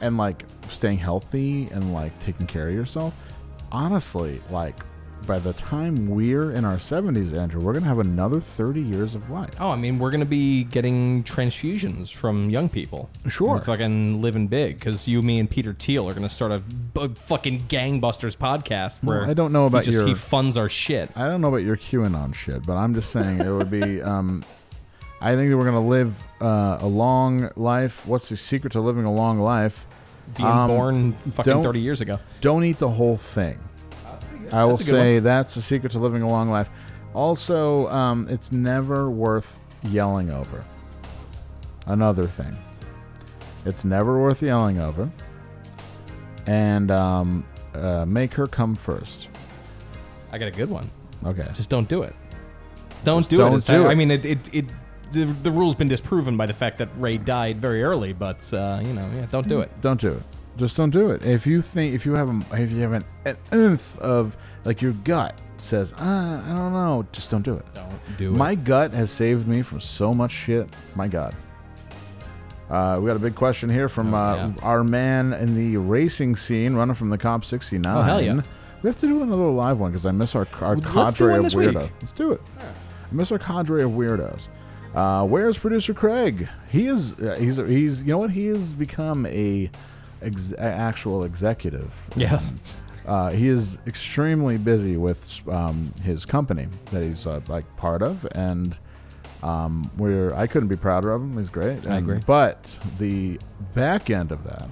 and like staying healthy and like taking care of yourself. Honestly, like by the time we're in our 70s, Andrew, we're gonna have another 30 years of life. Oh, I mean, we're gonna be getting transfusions from young people. Sure. And fucking living big, because you, me, and Peter Thiel are gonna start a bu- fucking gangbusters podcast where Well, I don't know about he just, your- he funds our shit. I don't know about your QAnon shit, but I'm just saying it would be. Um, I think that we're gonna live uh, a long life. What's the secret to living a long life? Being Um, born fucking 30 years ago. Don't eat the whole thing. I will That's a good say one. that's the secret to living a long life. Also, um, it's never worth yelling over. Another thing, it's never worth yelling over. And um, uh, make her come first. I got a good one. Okay. Just don't do it. Don't do don't it. It's- do I it. mean, it, it it the, the rule's been disproven by the fact that Ray died very early, but uh, you know, yeah, don't do it. Don't do it. Just don't do it. If you think if you have a, if you have an, an oomph of like your gut says, ah, I don't know, just don't do it. Don't do it. My gut has saved me from so much shit. My God. Uh, we got a big question here Oh, from uh, our man in the racing scene, running from the cop 69. Oh, hell yeah. We have to do another live one because I miss our, our Well, let's do cadre one of this week. weirdos. Let's do it. I miss our cadre of weirdos. Uh, where's producer Craig? He is. Uh, he's. He's. You know what? He has become a ex- a actual executive. Yeah. Uh, he is extremely busy with um, his company that he's uh, like part of, and um, we're I couldn't be prouder of him. He's great. I And- agree. But the back end of that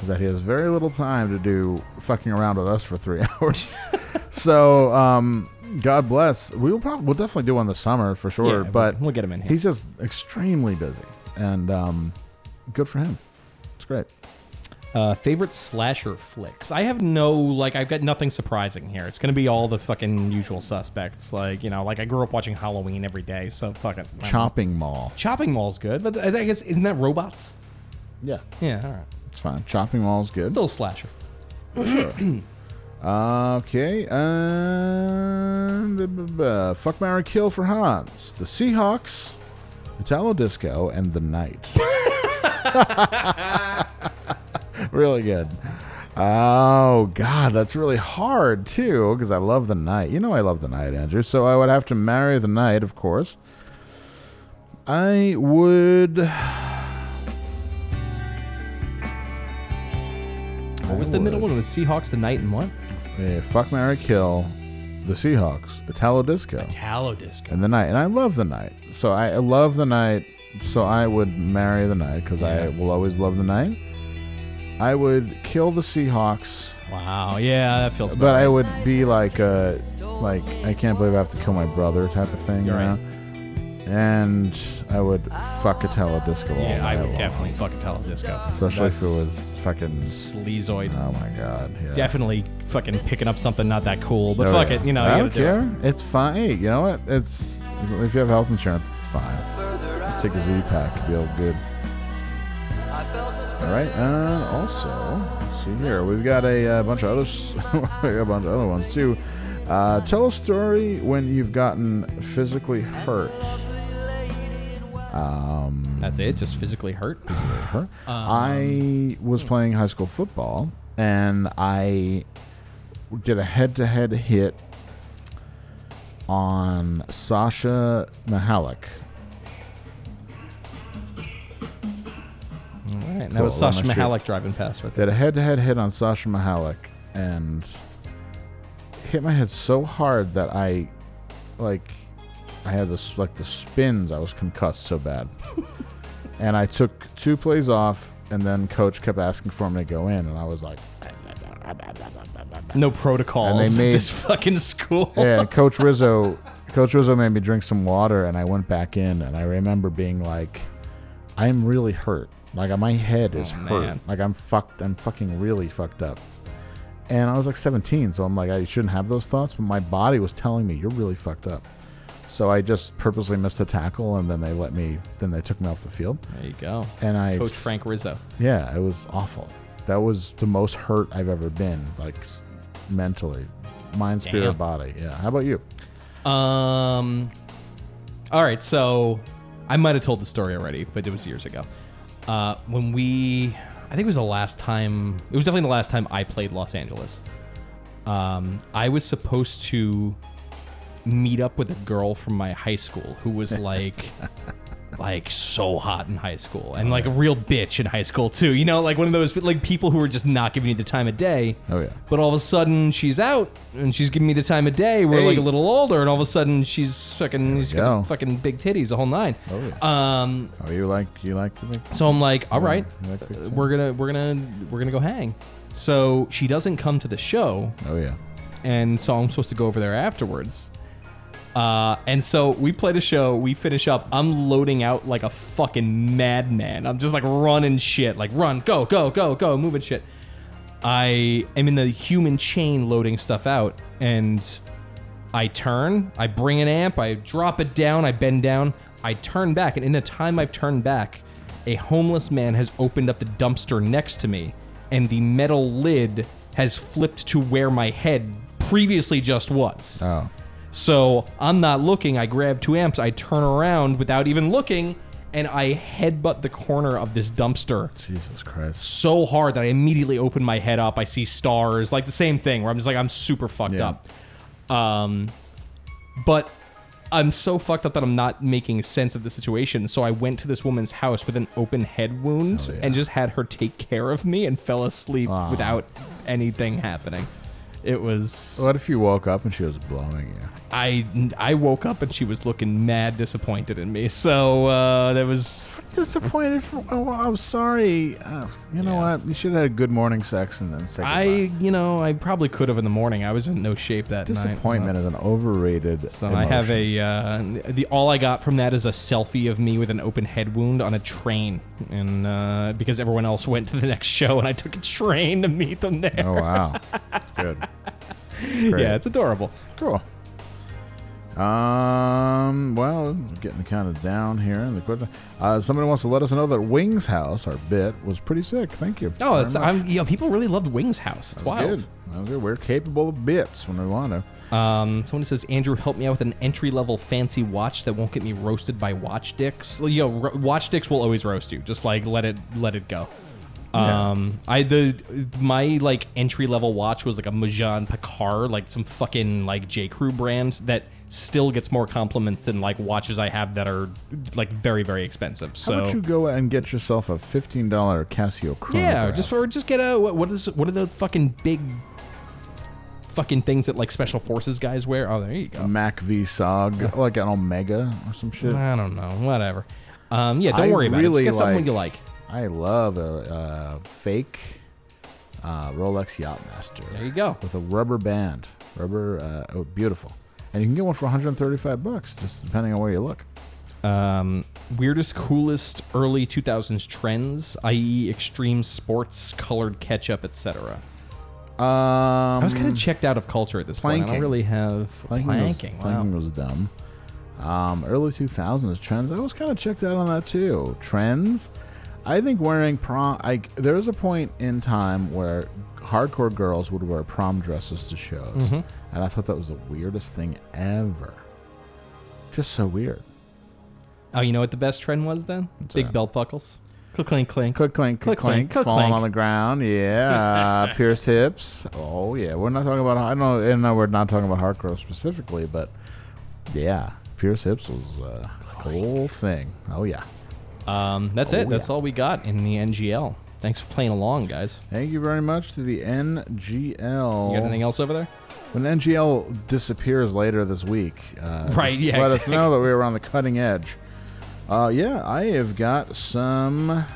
is that he has very little time to do fucking around with us for three hours. so um, God bless. We will probably we'll definitely do one this summer for sure. Yeah, but we'll- we'll get him in here. He's just extremely busy, and um, good for him. It's great. Uh, favorite slasher flicks. I have no like. I've got nothing surprising here. It's gonna be all the fucking usual suspects. Like you know, like I grew up watching Halloween every day, so fuck it. I don't- Chopping Mall. Chopping Mall's good, but I guess isn't that robots? Yeah. Yeah. All right. It's fine. Chopping Mall's good. Still a slasher. Sure. okay. Um, buh, buh, buh. fuck Mary Kill for Hans. The Seahawks, Italo Disco, and The Night. really good. Oh God, that's really hard too, because I love the night. You know I love the night, Andrew. So I would have to marry the night, of course. I would What was the middle one? It was Seahawks the night and what? Yeah, eh, fuck Mary Kill, the Seahawks, Italo Disco, Tallow disco. and the night. And I love the night. So I I love the night. So I would marry the night because I will always love the night. I would kill the Seahawks, Wow. Yeah, that feels. but I would be like a like I can't believe I have to kill my brother type of thing. you Right. know? And I would fuck Italo Disco. all Yeah, I night would long. definitely fuck Italo disco. Especially if it That's- was fucking sleazoid. Oh my god! Yeah. Definitely fucking picking up something not that cool, but Oh, fuck yeah. it, you know. I you don't gotta do it. care. It's fine. Hey, you know what? It's, it's- if you have health insurance, it's fine. Take a Z pack, it'd be all good. All right, and also, let's see here, we've got a, uh bunch of others, a bunch of other ones too. Uh, tell a story when you've gotten physically hurt. Um, That's it. Just physically hurt. her. I was playing high school football and I did a head to head hit on Sasha Mihalik. All right. and That Cool, was well, Sasha my shit. Mihalik driving past right there. Did a head to head hit on Sasha Mihalik and hit my head so hard that I, like, I had this, like, the spins. I was concussed so bad. and I took two plays off, and then coach kept asking for me to go in, and I was like, No protocols And they at made- this fucking school. yeah, Coach Rizzo, Coach Rizzo made me drink some water, and I went back in, and I remember being like, "I'm really hurt. Like my head is hurt. Oh, man. Like I'm fucked. I'm fucking really fucked up." And I was like 17, so I'm like, I shouldn't have those thoughts, but my body was telling me, "You're really fucked up." So I just purposely missed the tackle, and then they let me. Then they took me off the field. There you go. And I Coach Frank Rizzo. yeah, it was awful. That was the most hurt I've ever been, like s- mentally, mind, spirit, Damn. body. Yeah. How about you? Um. All right, so I might have told the story already, but it was years ago. Uh, when we, I think it was the last time. It was definitely the last time I played Los Angeles. Um, I was supposed to meet up with a girl from my high school who was like, like so hot in high school Oh, and like a real bitch in high school too. You know, like one of those like people who are just not giving you the time of day. Oh yeah. But all of a sudden, she's out and she's giving me the time of day. We're like Hey. a little older, and all of a sudden, she's fucking, she's got go. fucking big titties, the whole nine. Oh, Um, Oh, you like you like the big so I'm like, all Yeah, right, I like big uh, we're gonna we're gonna we're gonna go hang. So she doesn't come to the show, Oh yeah. and so I'm supposed to go over there afterwards. Uh, and so we play the show, we finish up. I'm loading out like a fucking madman. I'm just like running shit, like run, go, go, go, go, moving shit. I am in the human chain loading stuff out, and I turn, I bring an amp, I drop it down, I bend down, I turn back, and in the time I've turned back, a homeless man has opened up the dumpster next to me, and the metal lid has flipped to where my head previously just was. Oh. So I'm not looking. I grab two amps. I turn around without even looking, and I headbutt the corner of this dumpster. Jesus Christ. So hard that I immediately open my head up. I see stars, like the same thing where I'm just like, I'm super fucked Yeah. up. Um, but I'm so fucked up that I'm not making sense of the situation. So I went to this woman's house with an open head wound and just had her take care of me and fell asleep Aw. without anything happening. It was. What if you woke up and she was blowing you? I I woke up and she was looking mad disappointed in me. So uh, that was Disappointed for. Oh, I'm sorry. Uh, you know what? You should have had a good morning sex and then say I you know I probably could have in the morning. I was in no shape that Disappointment night. is an overrated. So I have a uh, the all I got from that is a selfie of me with an open head wound on a train, and uh, because everyone else went to the next show and I took a train to meet them there. Oh wow, good. Great. yeah, it's adorable. Cool. Um. Well, we're getting kind of down here in the equipment. Uh, somebody wants to let us know that Wings House, our bit, was pretty sick. Thank you. Oh, very it's much. I'm yeah. People really loved Wings House. It's That was wild. Good. That was good. We're capable of bits when we want to. Um, someone says, Andrew, help me out with an entry level fancy watch that won't get me roasted by watch dicks. Well, Yo, ro- watch dicks will always roast you. Just like let it let it go. Yeah. Um, I the my like entry level watch was like a Majan Picard, like some fucking like J Crew brand that still gets more compliments than like watches I have that are like very very expensive. So How about you go and get yourself a fifteen dollar Casio chronograph? yeah, just or just get a what, what is what are the fucking big fucking things that like special forces guys wear? Oh, there you go. a Mac V Sog, like an Omega or some shit. I don't know. Whatever. Um, yeah, don't worry about it. Just get something you like. I love a, a fake uh, Rolex Yachtmaster. There you go. With a rubber band, rubber, uh, oh, beautiful. And you can get one for 135 bucks, just depending on where you look. Um, weirdest, coolest early 2000s trends, i.e., extreme sports, colored ketchup, etc. Um, I I was Um, kind of checked out of culture at this point. I Mm. planking. don't really have planking. was, wow. planking was dumb. Um, early 2000s trends. I was kind of checked out on that too. Trends. I think wearing prom. I, there was a point in time where hardcore girls would wear prom dresses to shows, Mhm. and I thought that was the weirdest thing ever. Just so weird. Oh, you know what the best trend was then? Big belt buckles. Click clink clink. Click clink Click click clink, click falling clink. on the ground. Yeah, pierced hips. Oh yeah, we're not talking about. I know, and no, we're not talking about hardcore specifically, but yeah, pierced hips was uh, whole thing. Oh yeah. Um, that's Oh, it. That's all we got in the NGL. Thanks for playing along, guys. Thank you very much to the NGL. You got anything else over there? When NGL disappears later this week, uh, Right, just yeah, Let exactly. us know that we were on the cutting edge. Uh, yeah, I have got some Oh.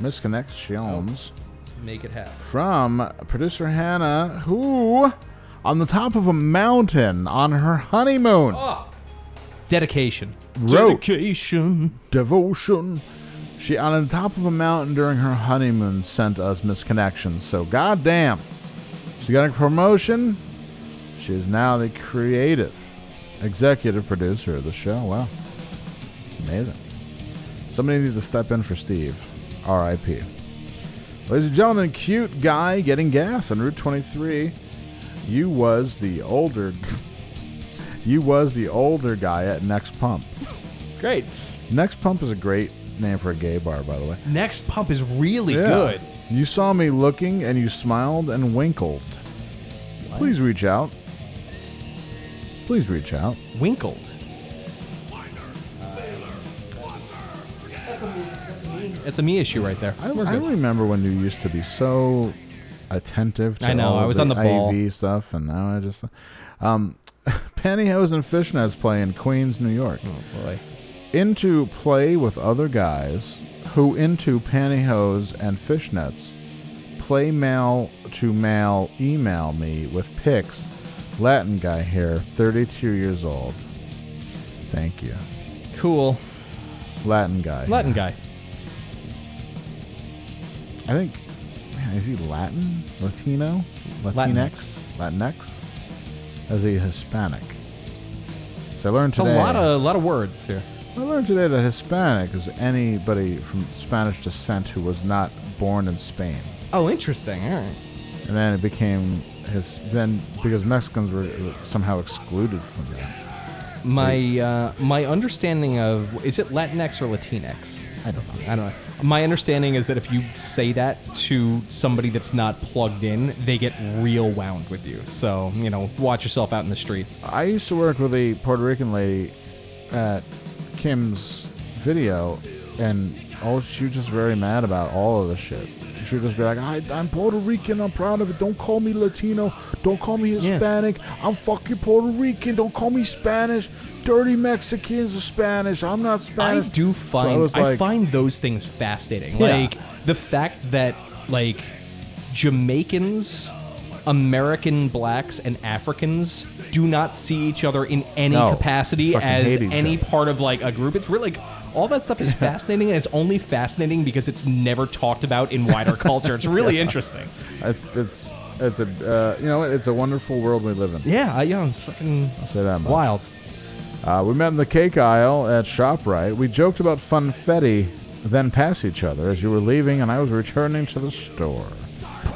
misconnections. Make it happen. from producer Hannah, who on the top of a mountain on her honeymoon Dedication. wrote Dedication. devotion. She on the top of a mountain during her honeymoon sent us misconnections. So goddamn, she got a promotion. She is now the creative executive producer of the show. Wow, amazing. Somebody needs to step in for Steve. R.I.P. Ladies and gentlemen, cute guy getting gas on Route 23. You was the older. you was the older guy at Next Pump. Great. Next Pump is a great name for a gay bar, by the way. Next pump is really Yeah. good. You saw me looking and you smiled and winkled. Please reach out. Please reach out. Winkled. It's a me issue right there. I, I remember when you used to be so attentive to I know, all I of was on the ball. IV stuff, and now I just. Um, pantyhose and fishnets play in Queens, New York. Oh, boy. Into play with other guys who into pantyhose and fishnets play mail to mail email me with pics. Latin guy here, 32 years old. Thank you. Cool. Latin guy. Latin guy. I think, man, is he Latin, Latino, Latinx, Latinx? Is he Hispanic? So I learned It's a today. lot of lot of words here. I learned today that Hispanic is anybody from Spanish descent who was not born in Spain. Oh, interesting. All right. And then it became his. Then because Mexicans were somehow excluded from that. My uh, my understanding of is it Latinx or Latinx? I don't know. I don't know. My understanding is that if you say that to somebody that's not plugged in, they get real wound with you. So you know, watch yourself out in the streets. I used to work with a Puerto Rican lady at Kim's video, and oh, she was just very mad about all of this shit. She would just be like, I, I'm Puerto Rican, I'm proud of it. Don't call me Latino. Don't call me Hispanic. I'm fucking Puerto Rican. Don't call me Spanish. Dirty Mexicans are Spanish. I'm not I Spanish. do So I find was I, like, find those things fascinating. Yeah. Like the fact that like Jamaicans, American blacks, and Africans do not see each other in any No. capacity Fucking as hate each any other. part of like a group. It's really like all that stuff is fascinating, and it's only fascinating because it's never talked about in wider culture. It's really Yeah. interesting. I, it's it's a uh, you know what? It's a wonderful world we live in. Yeah, I, yeah, I'm fucking. I'll say that much. Wild. Uh, we met in the cake aisle at Shoprite. We joked about funfetti, then passed each other as you were leaving, and I was returning to the store.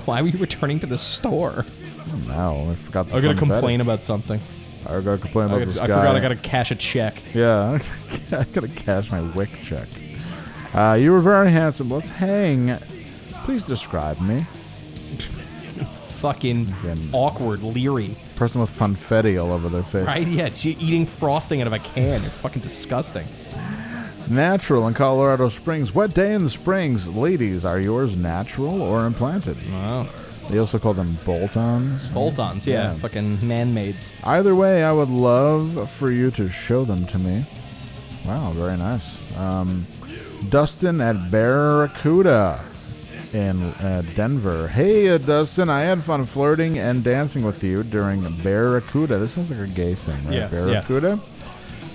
Why were you returning to the store? Oh, no, I forgot. The I'm gonna funfetti. complain about something. I gotta complain I, about this gotta- I guy. forgot I gotta cash a check. Yeah, I gotta cash my wick check. Uh, you were very handsome. Let's hang. Please describe me. Fucking awkward, leery. Person with funfetti all over their face. Right? Yeah, she eating frosting out of a can. You're fucking disgusting. Natural in Colorado Springs. Wet day in the springs. Ladies, are yours natural or implanted? Wow. They also call them bolt-ons. Bolt-ons, yeah, fucking man-mades. Either way, I would love for you to show them to me. Wow, very nice. Um, Dustin at Barracuda in uh, Denver. Hey, uh, Dustin, I had fun flirting and dancing with you during Barracuda. This sounds like a gay thing, right? Yeah, yeah. Barracuda.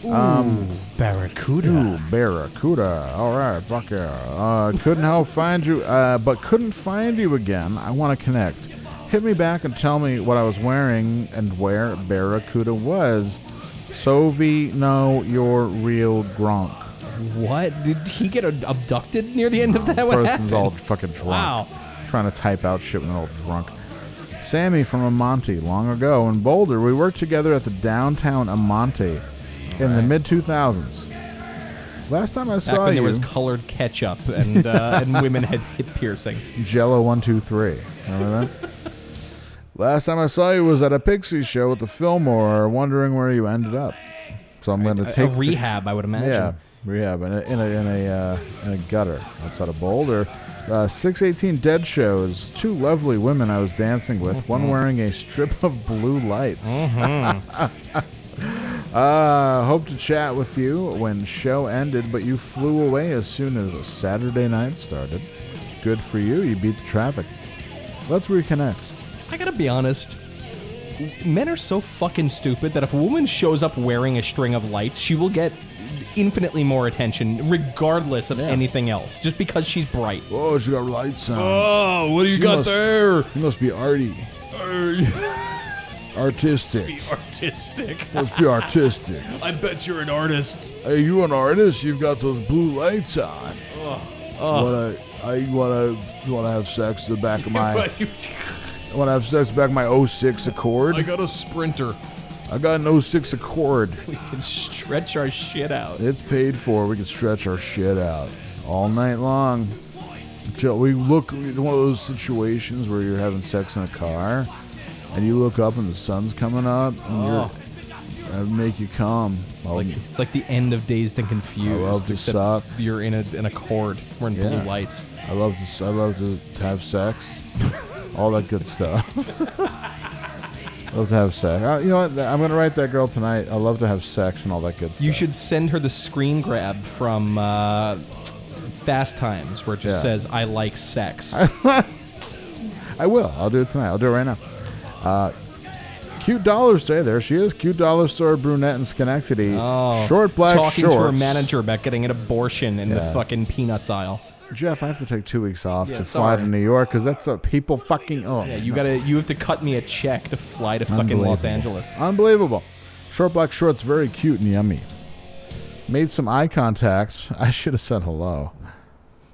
Um, Ooh, Barracuda. Ooh, Barracuda. All right, fuck yeah. Uh, couldn't help find you, uh, but couldn't find you again. I want to connect. Hit me back and tell me what I was wearing and where Barracuda was. Sovi, no, you're real Gronk. What? Did he get a- abducted near the end of that? What Person's all happened? fucking drunk. Wow. Trying to type out shit when they're all drunk. Sammy from Amante, long ago in Boulder, we worked together at the downtown Amante in the mid 2000s. Last time I Back saw when you, there was colored ketchup and uh, and women had hip piercings. Jello one two three. Remember that? Last time I saw you was at a Pixie show at the Fillmore. Wondering where you ended up. So I'm going to a- a take rehab, I would imagine. Yeah, rehab in a in a in a, uh, in a gutter outside of Boulder. Uh, 618 Dead shows. Two lovely women I was dancing with. One Mhm. wearing a strip of blue lights. Mhm. Mm-hmm. Uh, hope to chat with you when show ended, but you flew away as soon as Saturday night started. Good for you, you beat the traffic. Let's reconnect. I gotta be honest. Men are so fucking stupid that if a woman shows up wearing a string of lights, she will get infinitely more attention, regardless of anything else, just because she's bright. Oh, she got lights on. Oh, what do you She got must- there? You must be arty. Artistic. Be artistic. Must be artistic. I bet you're an artist. Are you an artist? You've got those blue lights on. Ugh. Wanna, I wanna you wanna have sex the back of my You- wanna have sex the back of my 06 Accord. I got a sprinter. I got an 06 Accord. We can stretch our shit out. It's paid for. We can stretch our shit out all night long. Until we look in one of those situations where you're having sex in a car and you look up and the sun's coming up and Oh. you're I make you come. It's like, it's like the end of Dazed and Confused. love to except suck. You're in a in a cord. We're in blue lights. I love to I love to have sex. all that good stuff. love to have sex. Uh, you know what? I'm gonna write that girl tonight. I love to have sex and all that good stuff. You should send her the screen grab from uh, Fast Times where it just Yeah. says, I like sex. I will. I'll do it tonight. I'll do it right now. Uh, cute dollar store. There she is. Cute dollar store brunette in Schenectady. Oh, Short black Talking shorts. to her manager about getting an abortion in the Yeah. fucking peanuts aisle. Jeff, I have to take two weeks off Yeah, to fly sorry. to New York because that's what people fucking own. Yeah, you gotta, you have to cut me a check to fly to fucking Los Unbelievable. Angeles. Unbelievable. Short black shorts, very cute and yummy. made some eye contact. I should have said hello.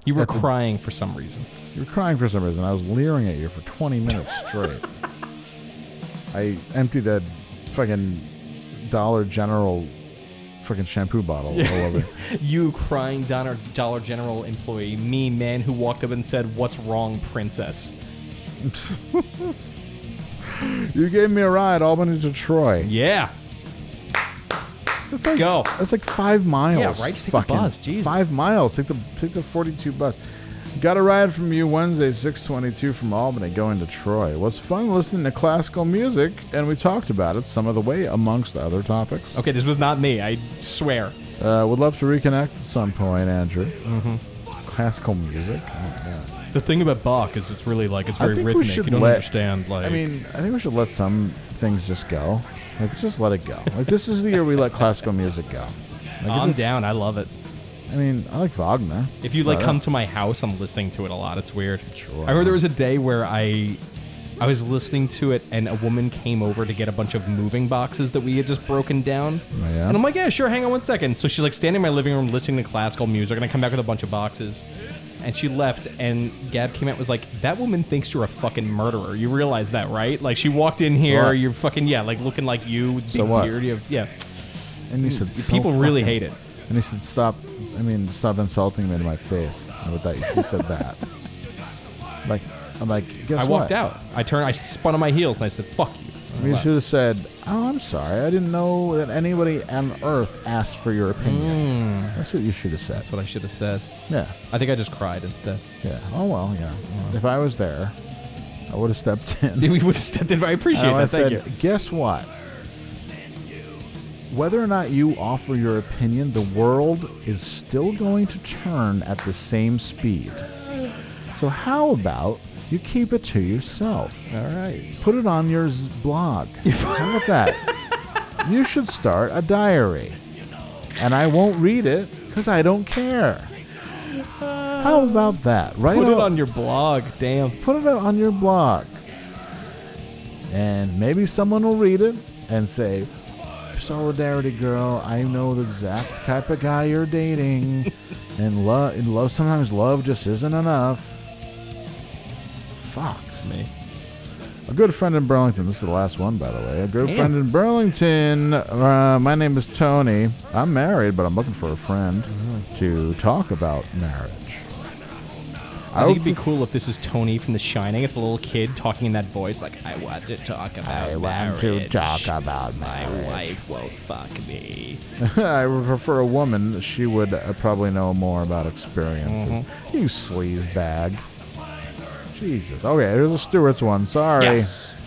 You were crying for some reason. You were crying for some reason. I was leering at you for 20 minutes straight. I emptied that fucking Dollar General fucking shampoo bottle all over. you crying Dollar, Dollar General employee, me man who walked up and said, "What's wrong, princess?" You gave me a ride Albany to Troy. Yeah. That's like, Go. That's like five miles. Yeah, right? Just take the fucking- bus, Jesus. Five miles. Take the take the forty-two bus. Got a ride from you Wednesday, six twenty-two from Albany, going to Troy. Was fun listening to classical music, and we talked about it some of the way, amongst other topics. Okay, this was not me. I swear. Uh, would love to reconnect at some point, Andrew. Mm-hmm. Classical music. Oh, yeah. The thing about Bach is it's really like it's I very think we rhythmic. You should don't let- understand. Like I mean, I think we should let some things just go. Like, just let it go. Like, this is the year we let classical music go. Like, it I'm just- down. I love it. I mean, I like Wagner. If you like But- come to my house, I'm listening to it a lot. It's weird. I heard there was a day where I I was listening to it and a woman came over to get a bunch of moving boxes that we had just broken down. Oh, yeah? And I'm like, yeah, sure, hang on one second. So she's like standing in my living room listening to classical music, and I come back with a bunch of boxes. And she left, and Gab came out and was like, That woman thinks you're a fucking murderer. You realize that, right? Like, she walked in here, What? you're fucking, yeah, like looking like you, with So big what? beard. You have, yeah. And you said so People really fucking- hate it. And he said, "Stop! I mean, stop insulting me to my face." And with that, he said that. Like, I'm like, guess I walked what? out. I turned, I spun on my heels, and I said, Fuck you. And I You left. should have said, "Oh, I'm sorry. I didn't know that anybody on Earth asked for your opinion." Mm. That's what you should have said. That's what I should have said. Yeah. I think I just cried instead. Yeah. Oh well. Yeah. If I was there, I would have stepped in. We would have stepped in. I appreciate I that. Thank said, Guess what? Whether or not you offer your opinion, the world is still going to turn at the same speed. So how about you keep it to yourself? All right. Put it on your z- blog. how about that? You should start a diary, and I won't read it because I don't care. How about that? Right? Put it on your blog. Damn. Put it on your blog. And maybe someone will read it and say, Solidarity girl, I know the exact type of guy you're dating. and love and love sometimes love just isn't enough. Fucked me. A good friend in Burlington. This is the last one, by the way. A good Damn. friend in Burlington. Uh, my name is Tony. I'm married, but I'm looking for a friend Mm-hmm. to talk about marriage. I think it'd be would cool if this is Tony from The Shining. It's a little kid talking in that voice, like, I want to talk about I want to talk about My wife won't fuck me. I would prefer a woman. She would uh, probably know more about experiences. Mm-hmm. You sleaze bag. Jesus. Okay, here's a Stewart's one. Sorry. Yes.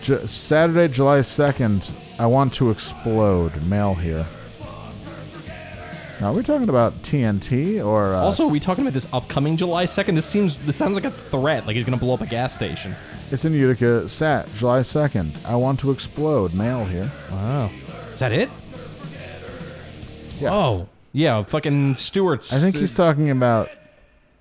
Ju- Saturday, July 2nd. I want to explode. Mail here. Now, are we talking about TNT or. Uh, also, are we talking about this upcoming July 2nd? This seems, this sounds like a threat, like he's going to blow up a gas station. It's in Utica. Sat, July 2nd. I want to explode. Mail here. Wow. Is that it? Yes. Oh. Yeah, fucking Stewart's. I think he's talking about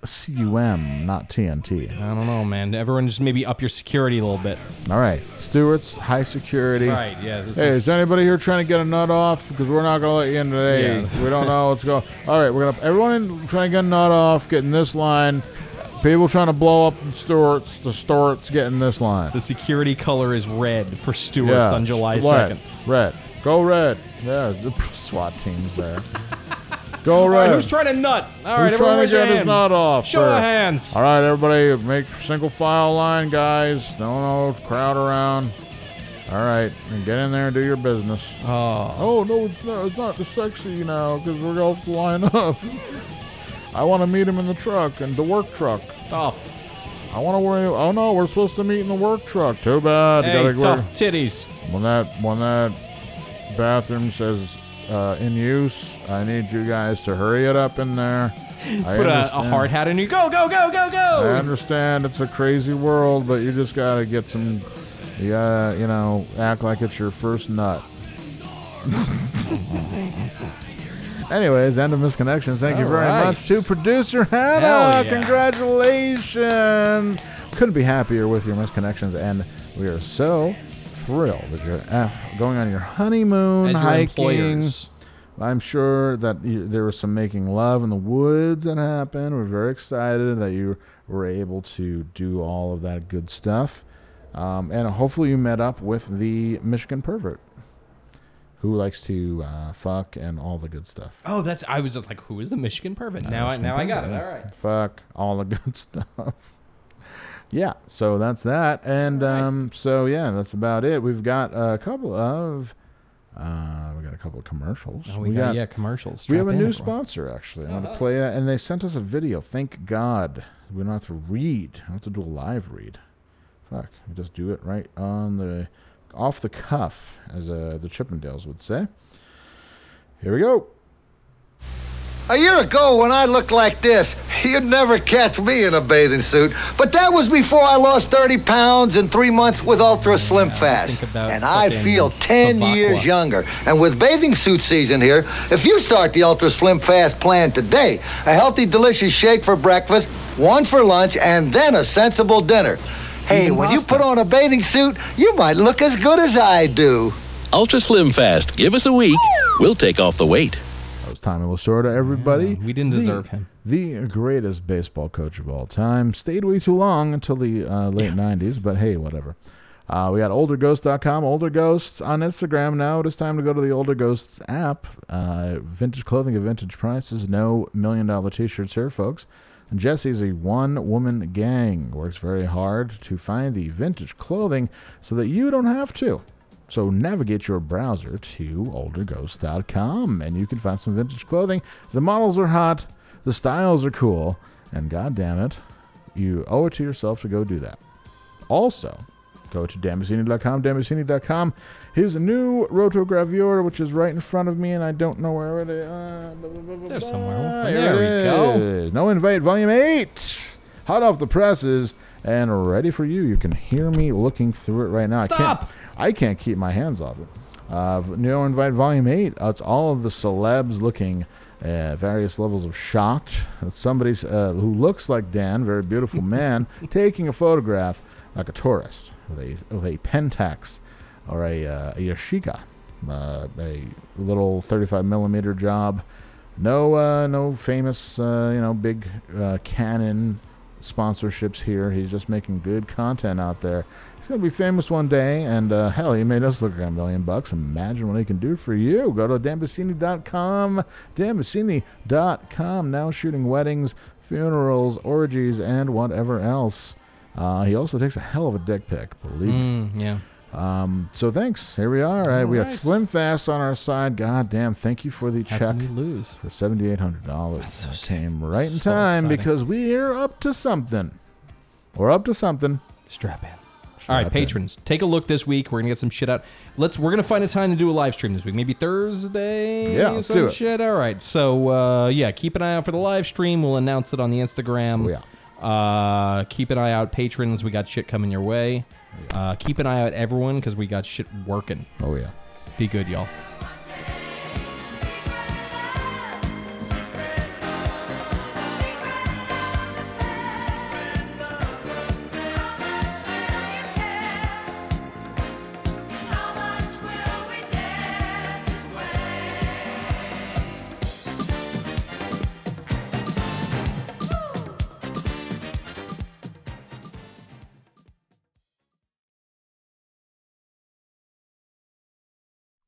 CUM, not TNT. I don't know, man. Everyone just maybe up your security a little bit. All right, Stewart's high security. Right, yeah, this hey, is- is... anybody here trying to get a nut off? Because we're not gonna let you in today. Yeah. we don't know what's going. All right, we're gonna everyone in- trying to get a nut off, getting this line. People trying to blow up the Stewart's. The Stewart's getting this line. The security color is red for Stewart's Yeah, on July st- red, 2nd. Red, go red. Yeah, the SWAT team's there. go All red. right, who's trying to nut? All right, Who's trying everyone to raise your get his hand. nut off? Show there? of hands. All right, everybody, make single file line, guys. Don't know, crowd around. All right, and get in there and do your business. Oh, no, it's not. It's not sexy now because we're off the line up. I want to meet him in the truck and the work truck. Tough. I want to worry. Oh no, we're supposed to meet in the work truck. Too bad. Hey, Gotta- tough titties. When that when that bathroom says uh, in use, I need you guys to hurry it up in there. I Put a, a understand. hard hat in you. Go, go, go, go, I go. understand it's a crazy world, but you just gotta get some. You gotta, you know, act like it's your first nut. Anyways, end of misconnections. Thank you All very right. much to producer Hannah. Hell yeah. Congratulations! Couldn't be happier with your misconnections, and we are so thrilled that you're F going on your honeymoon As your hiking. employers. I'm sure that you, there was some making love in the woods that happened. We're very excited that you were able to do all of that good stuff. Um, and hopefully you met up with the Michigan pervert who likes to uh, fuck and all the good stuff. Oh, that's. I was just like, who is the Michigan pervert? Now, I, Michigan now I got it. pervert. All right. Fuck all the good stuff. yeah, so that's that. And um, so, yeah, that's about it. We've got a couple of. Uh, we got a couple of commercials. Oh, we got- yeah, commercials. We have a Strap in, new everyone. sponsor actually. I'm gonna play that, and they sent us a video. Thank God, we don't have to read. I don't have to do a live read. Fuck, we just do it right on the off the cuff, as uh, the Chippendales would say. Here we go. A year ago, when I looked like this, you'd never catch me in a bathing suit. But that was before I lost 30 pounds in three months with Ultra Slim Fast. And I feel 10 years younger. And with bathing suit season here, if you start the Ultra Slim Fast plan today, a healthy, delicious shake for breakfast, one for lunch, and then a sensible dinner. Hey, when you put on a bathing suit, you might look as good as I do. Ultra Slim Fast. Give us a week. We'll take off the weight. That was Tommy Lasorda, everybody. we didn't deserve him. The greatest baseball coach of all time. Stayed way too long until the uh, late 90s, but hey, whatever. Uh, we got olderghosts.com, older ghosts on Instagram. Now it is time to go to the older ghosts app. Uh, vintage clothing at vintage prices. No million dollar t shirts here, folks. And Jesse's a one woman gang. Works very hard to find the vintage clothing so that you don't have to. So navigate your browser to olderghost.com and you can find some vintage clothing. The models are hot, the styles are cool, and god damn it, you owe it to yourself to go do that. Also, go to damascene.com, damascene.com. His new rotogravure, which is right in front of me, and I don't know where it is. Uh, There's somewhere. there there we go. No Invite, Volume 8. Hot off the presses and ready for you. You can hear me looking through it right now. Stop! I can't, I can't keep my hands off it. Uh, no Invite, Volume 8. Uh, it's all of the celebs looking uh, various levels of shocked. Somebody uh, who looks like Dan, very beautiful man, taking a photograph like a tourist with a, with a Pentax or a, uh, a Yashica, uh, a little 35 millimeter job. No, uh, no famous, uh, you know, big uh, Canon sponsorships here. He's just making good content out there. He's gonna be famous one day, and uh, hell, he made us look like a million bucks. Imagine what he can do for you. Go to dambassini.com, dambassini.com. Now shooting weddings, funerals, orgies, and whatever else. Uh, he also takes a hell of a dick pic, believe me. Mm, yeah. Um, so thanks. Here we are. Uh, we got right. Slim Fast on our side. God damn! Thank you for the How check. can we lose? for seventy eight hundred dollars. That came right in So time exciting. because we are up to something. We're up to something. Strap in. All right, patrons, take a look this week. We're gonna get some shit out. Let's. We're gonna find a time to do a live stream this week. Maybe Thursday. Yeah, let's some do it. Shit. All right. So uh, yeah, keep an eye out for the live stream. We'll announce it on the Instagram. Oh, yeah. Uh, keep an eye out, patrons. We got shit coming your way. Uh, keep an eye out, everyone, because we got shit working. Oh yeah. Be good, y'all.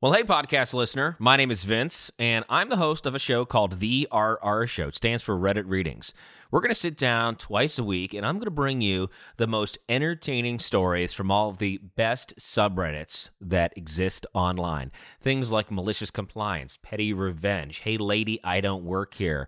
Well, hey, podcast listener. My name is Vince, and I'm the host of a show called The RR Show. It stands for Reddit Readings. We're going to sit down twice a week, and I'm going to bring you the most entertaining stories from all of the best subreddits that exist online. Things like malicious compliance, petty revenge, hey, lady, I don't work here.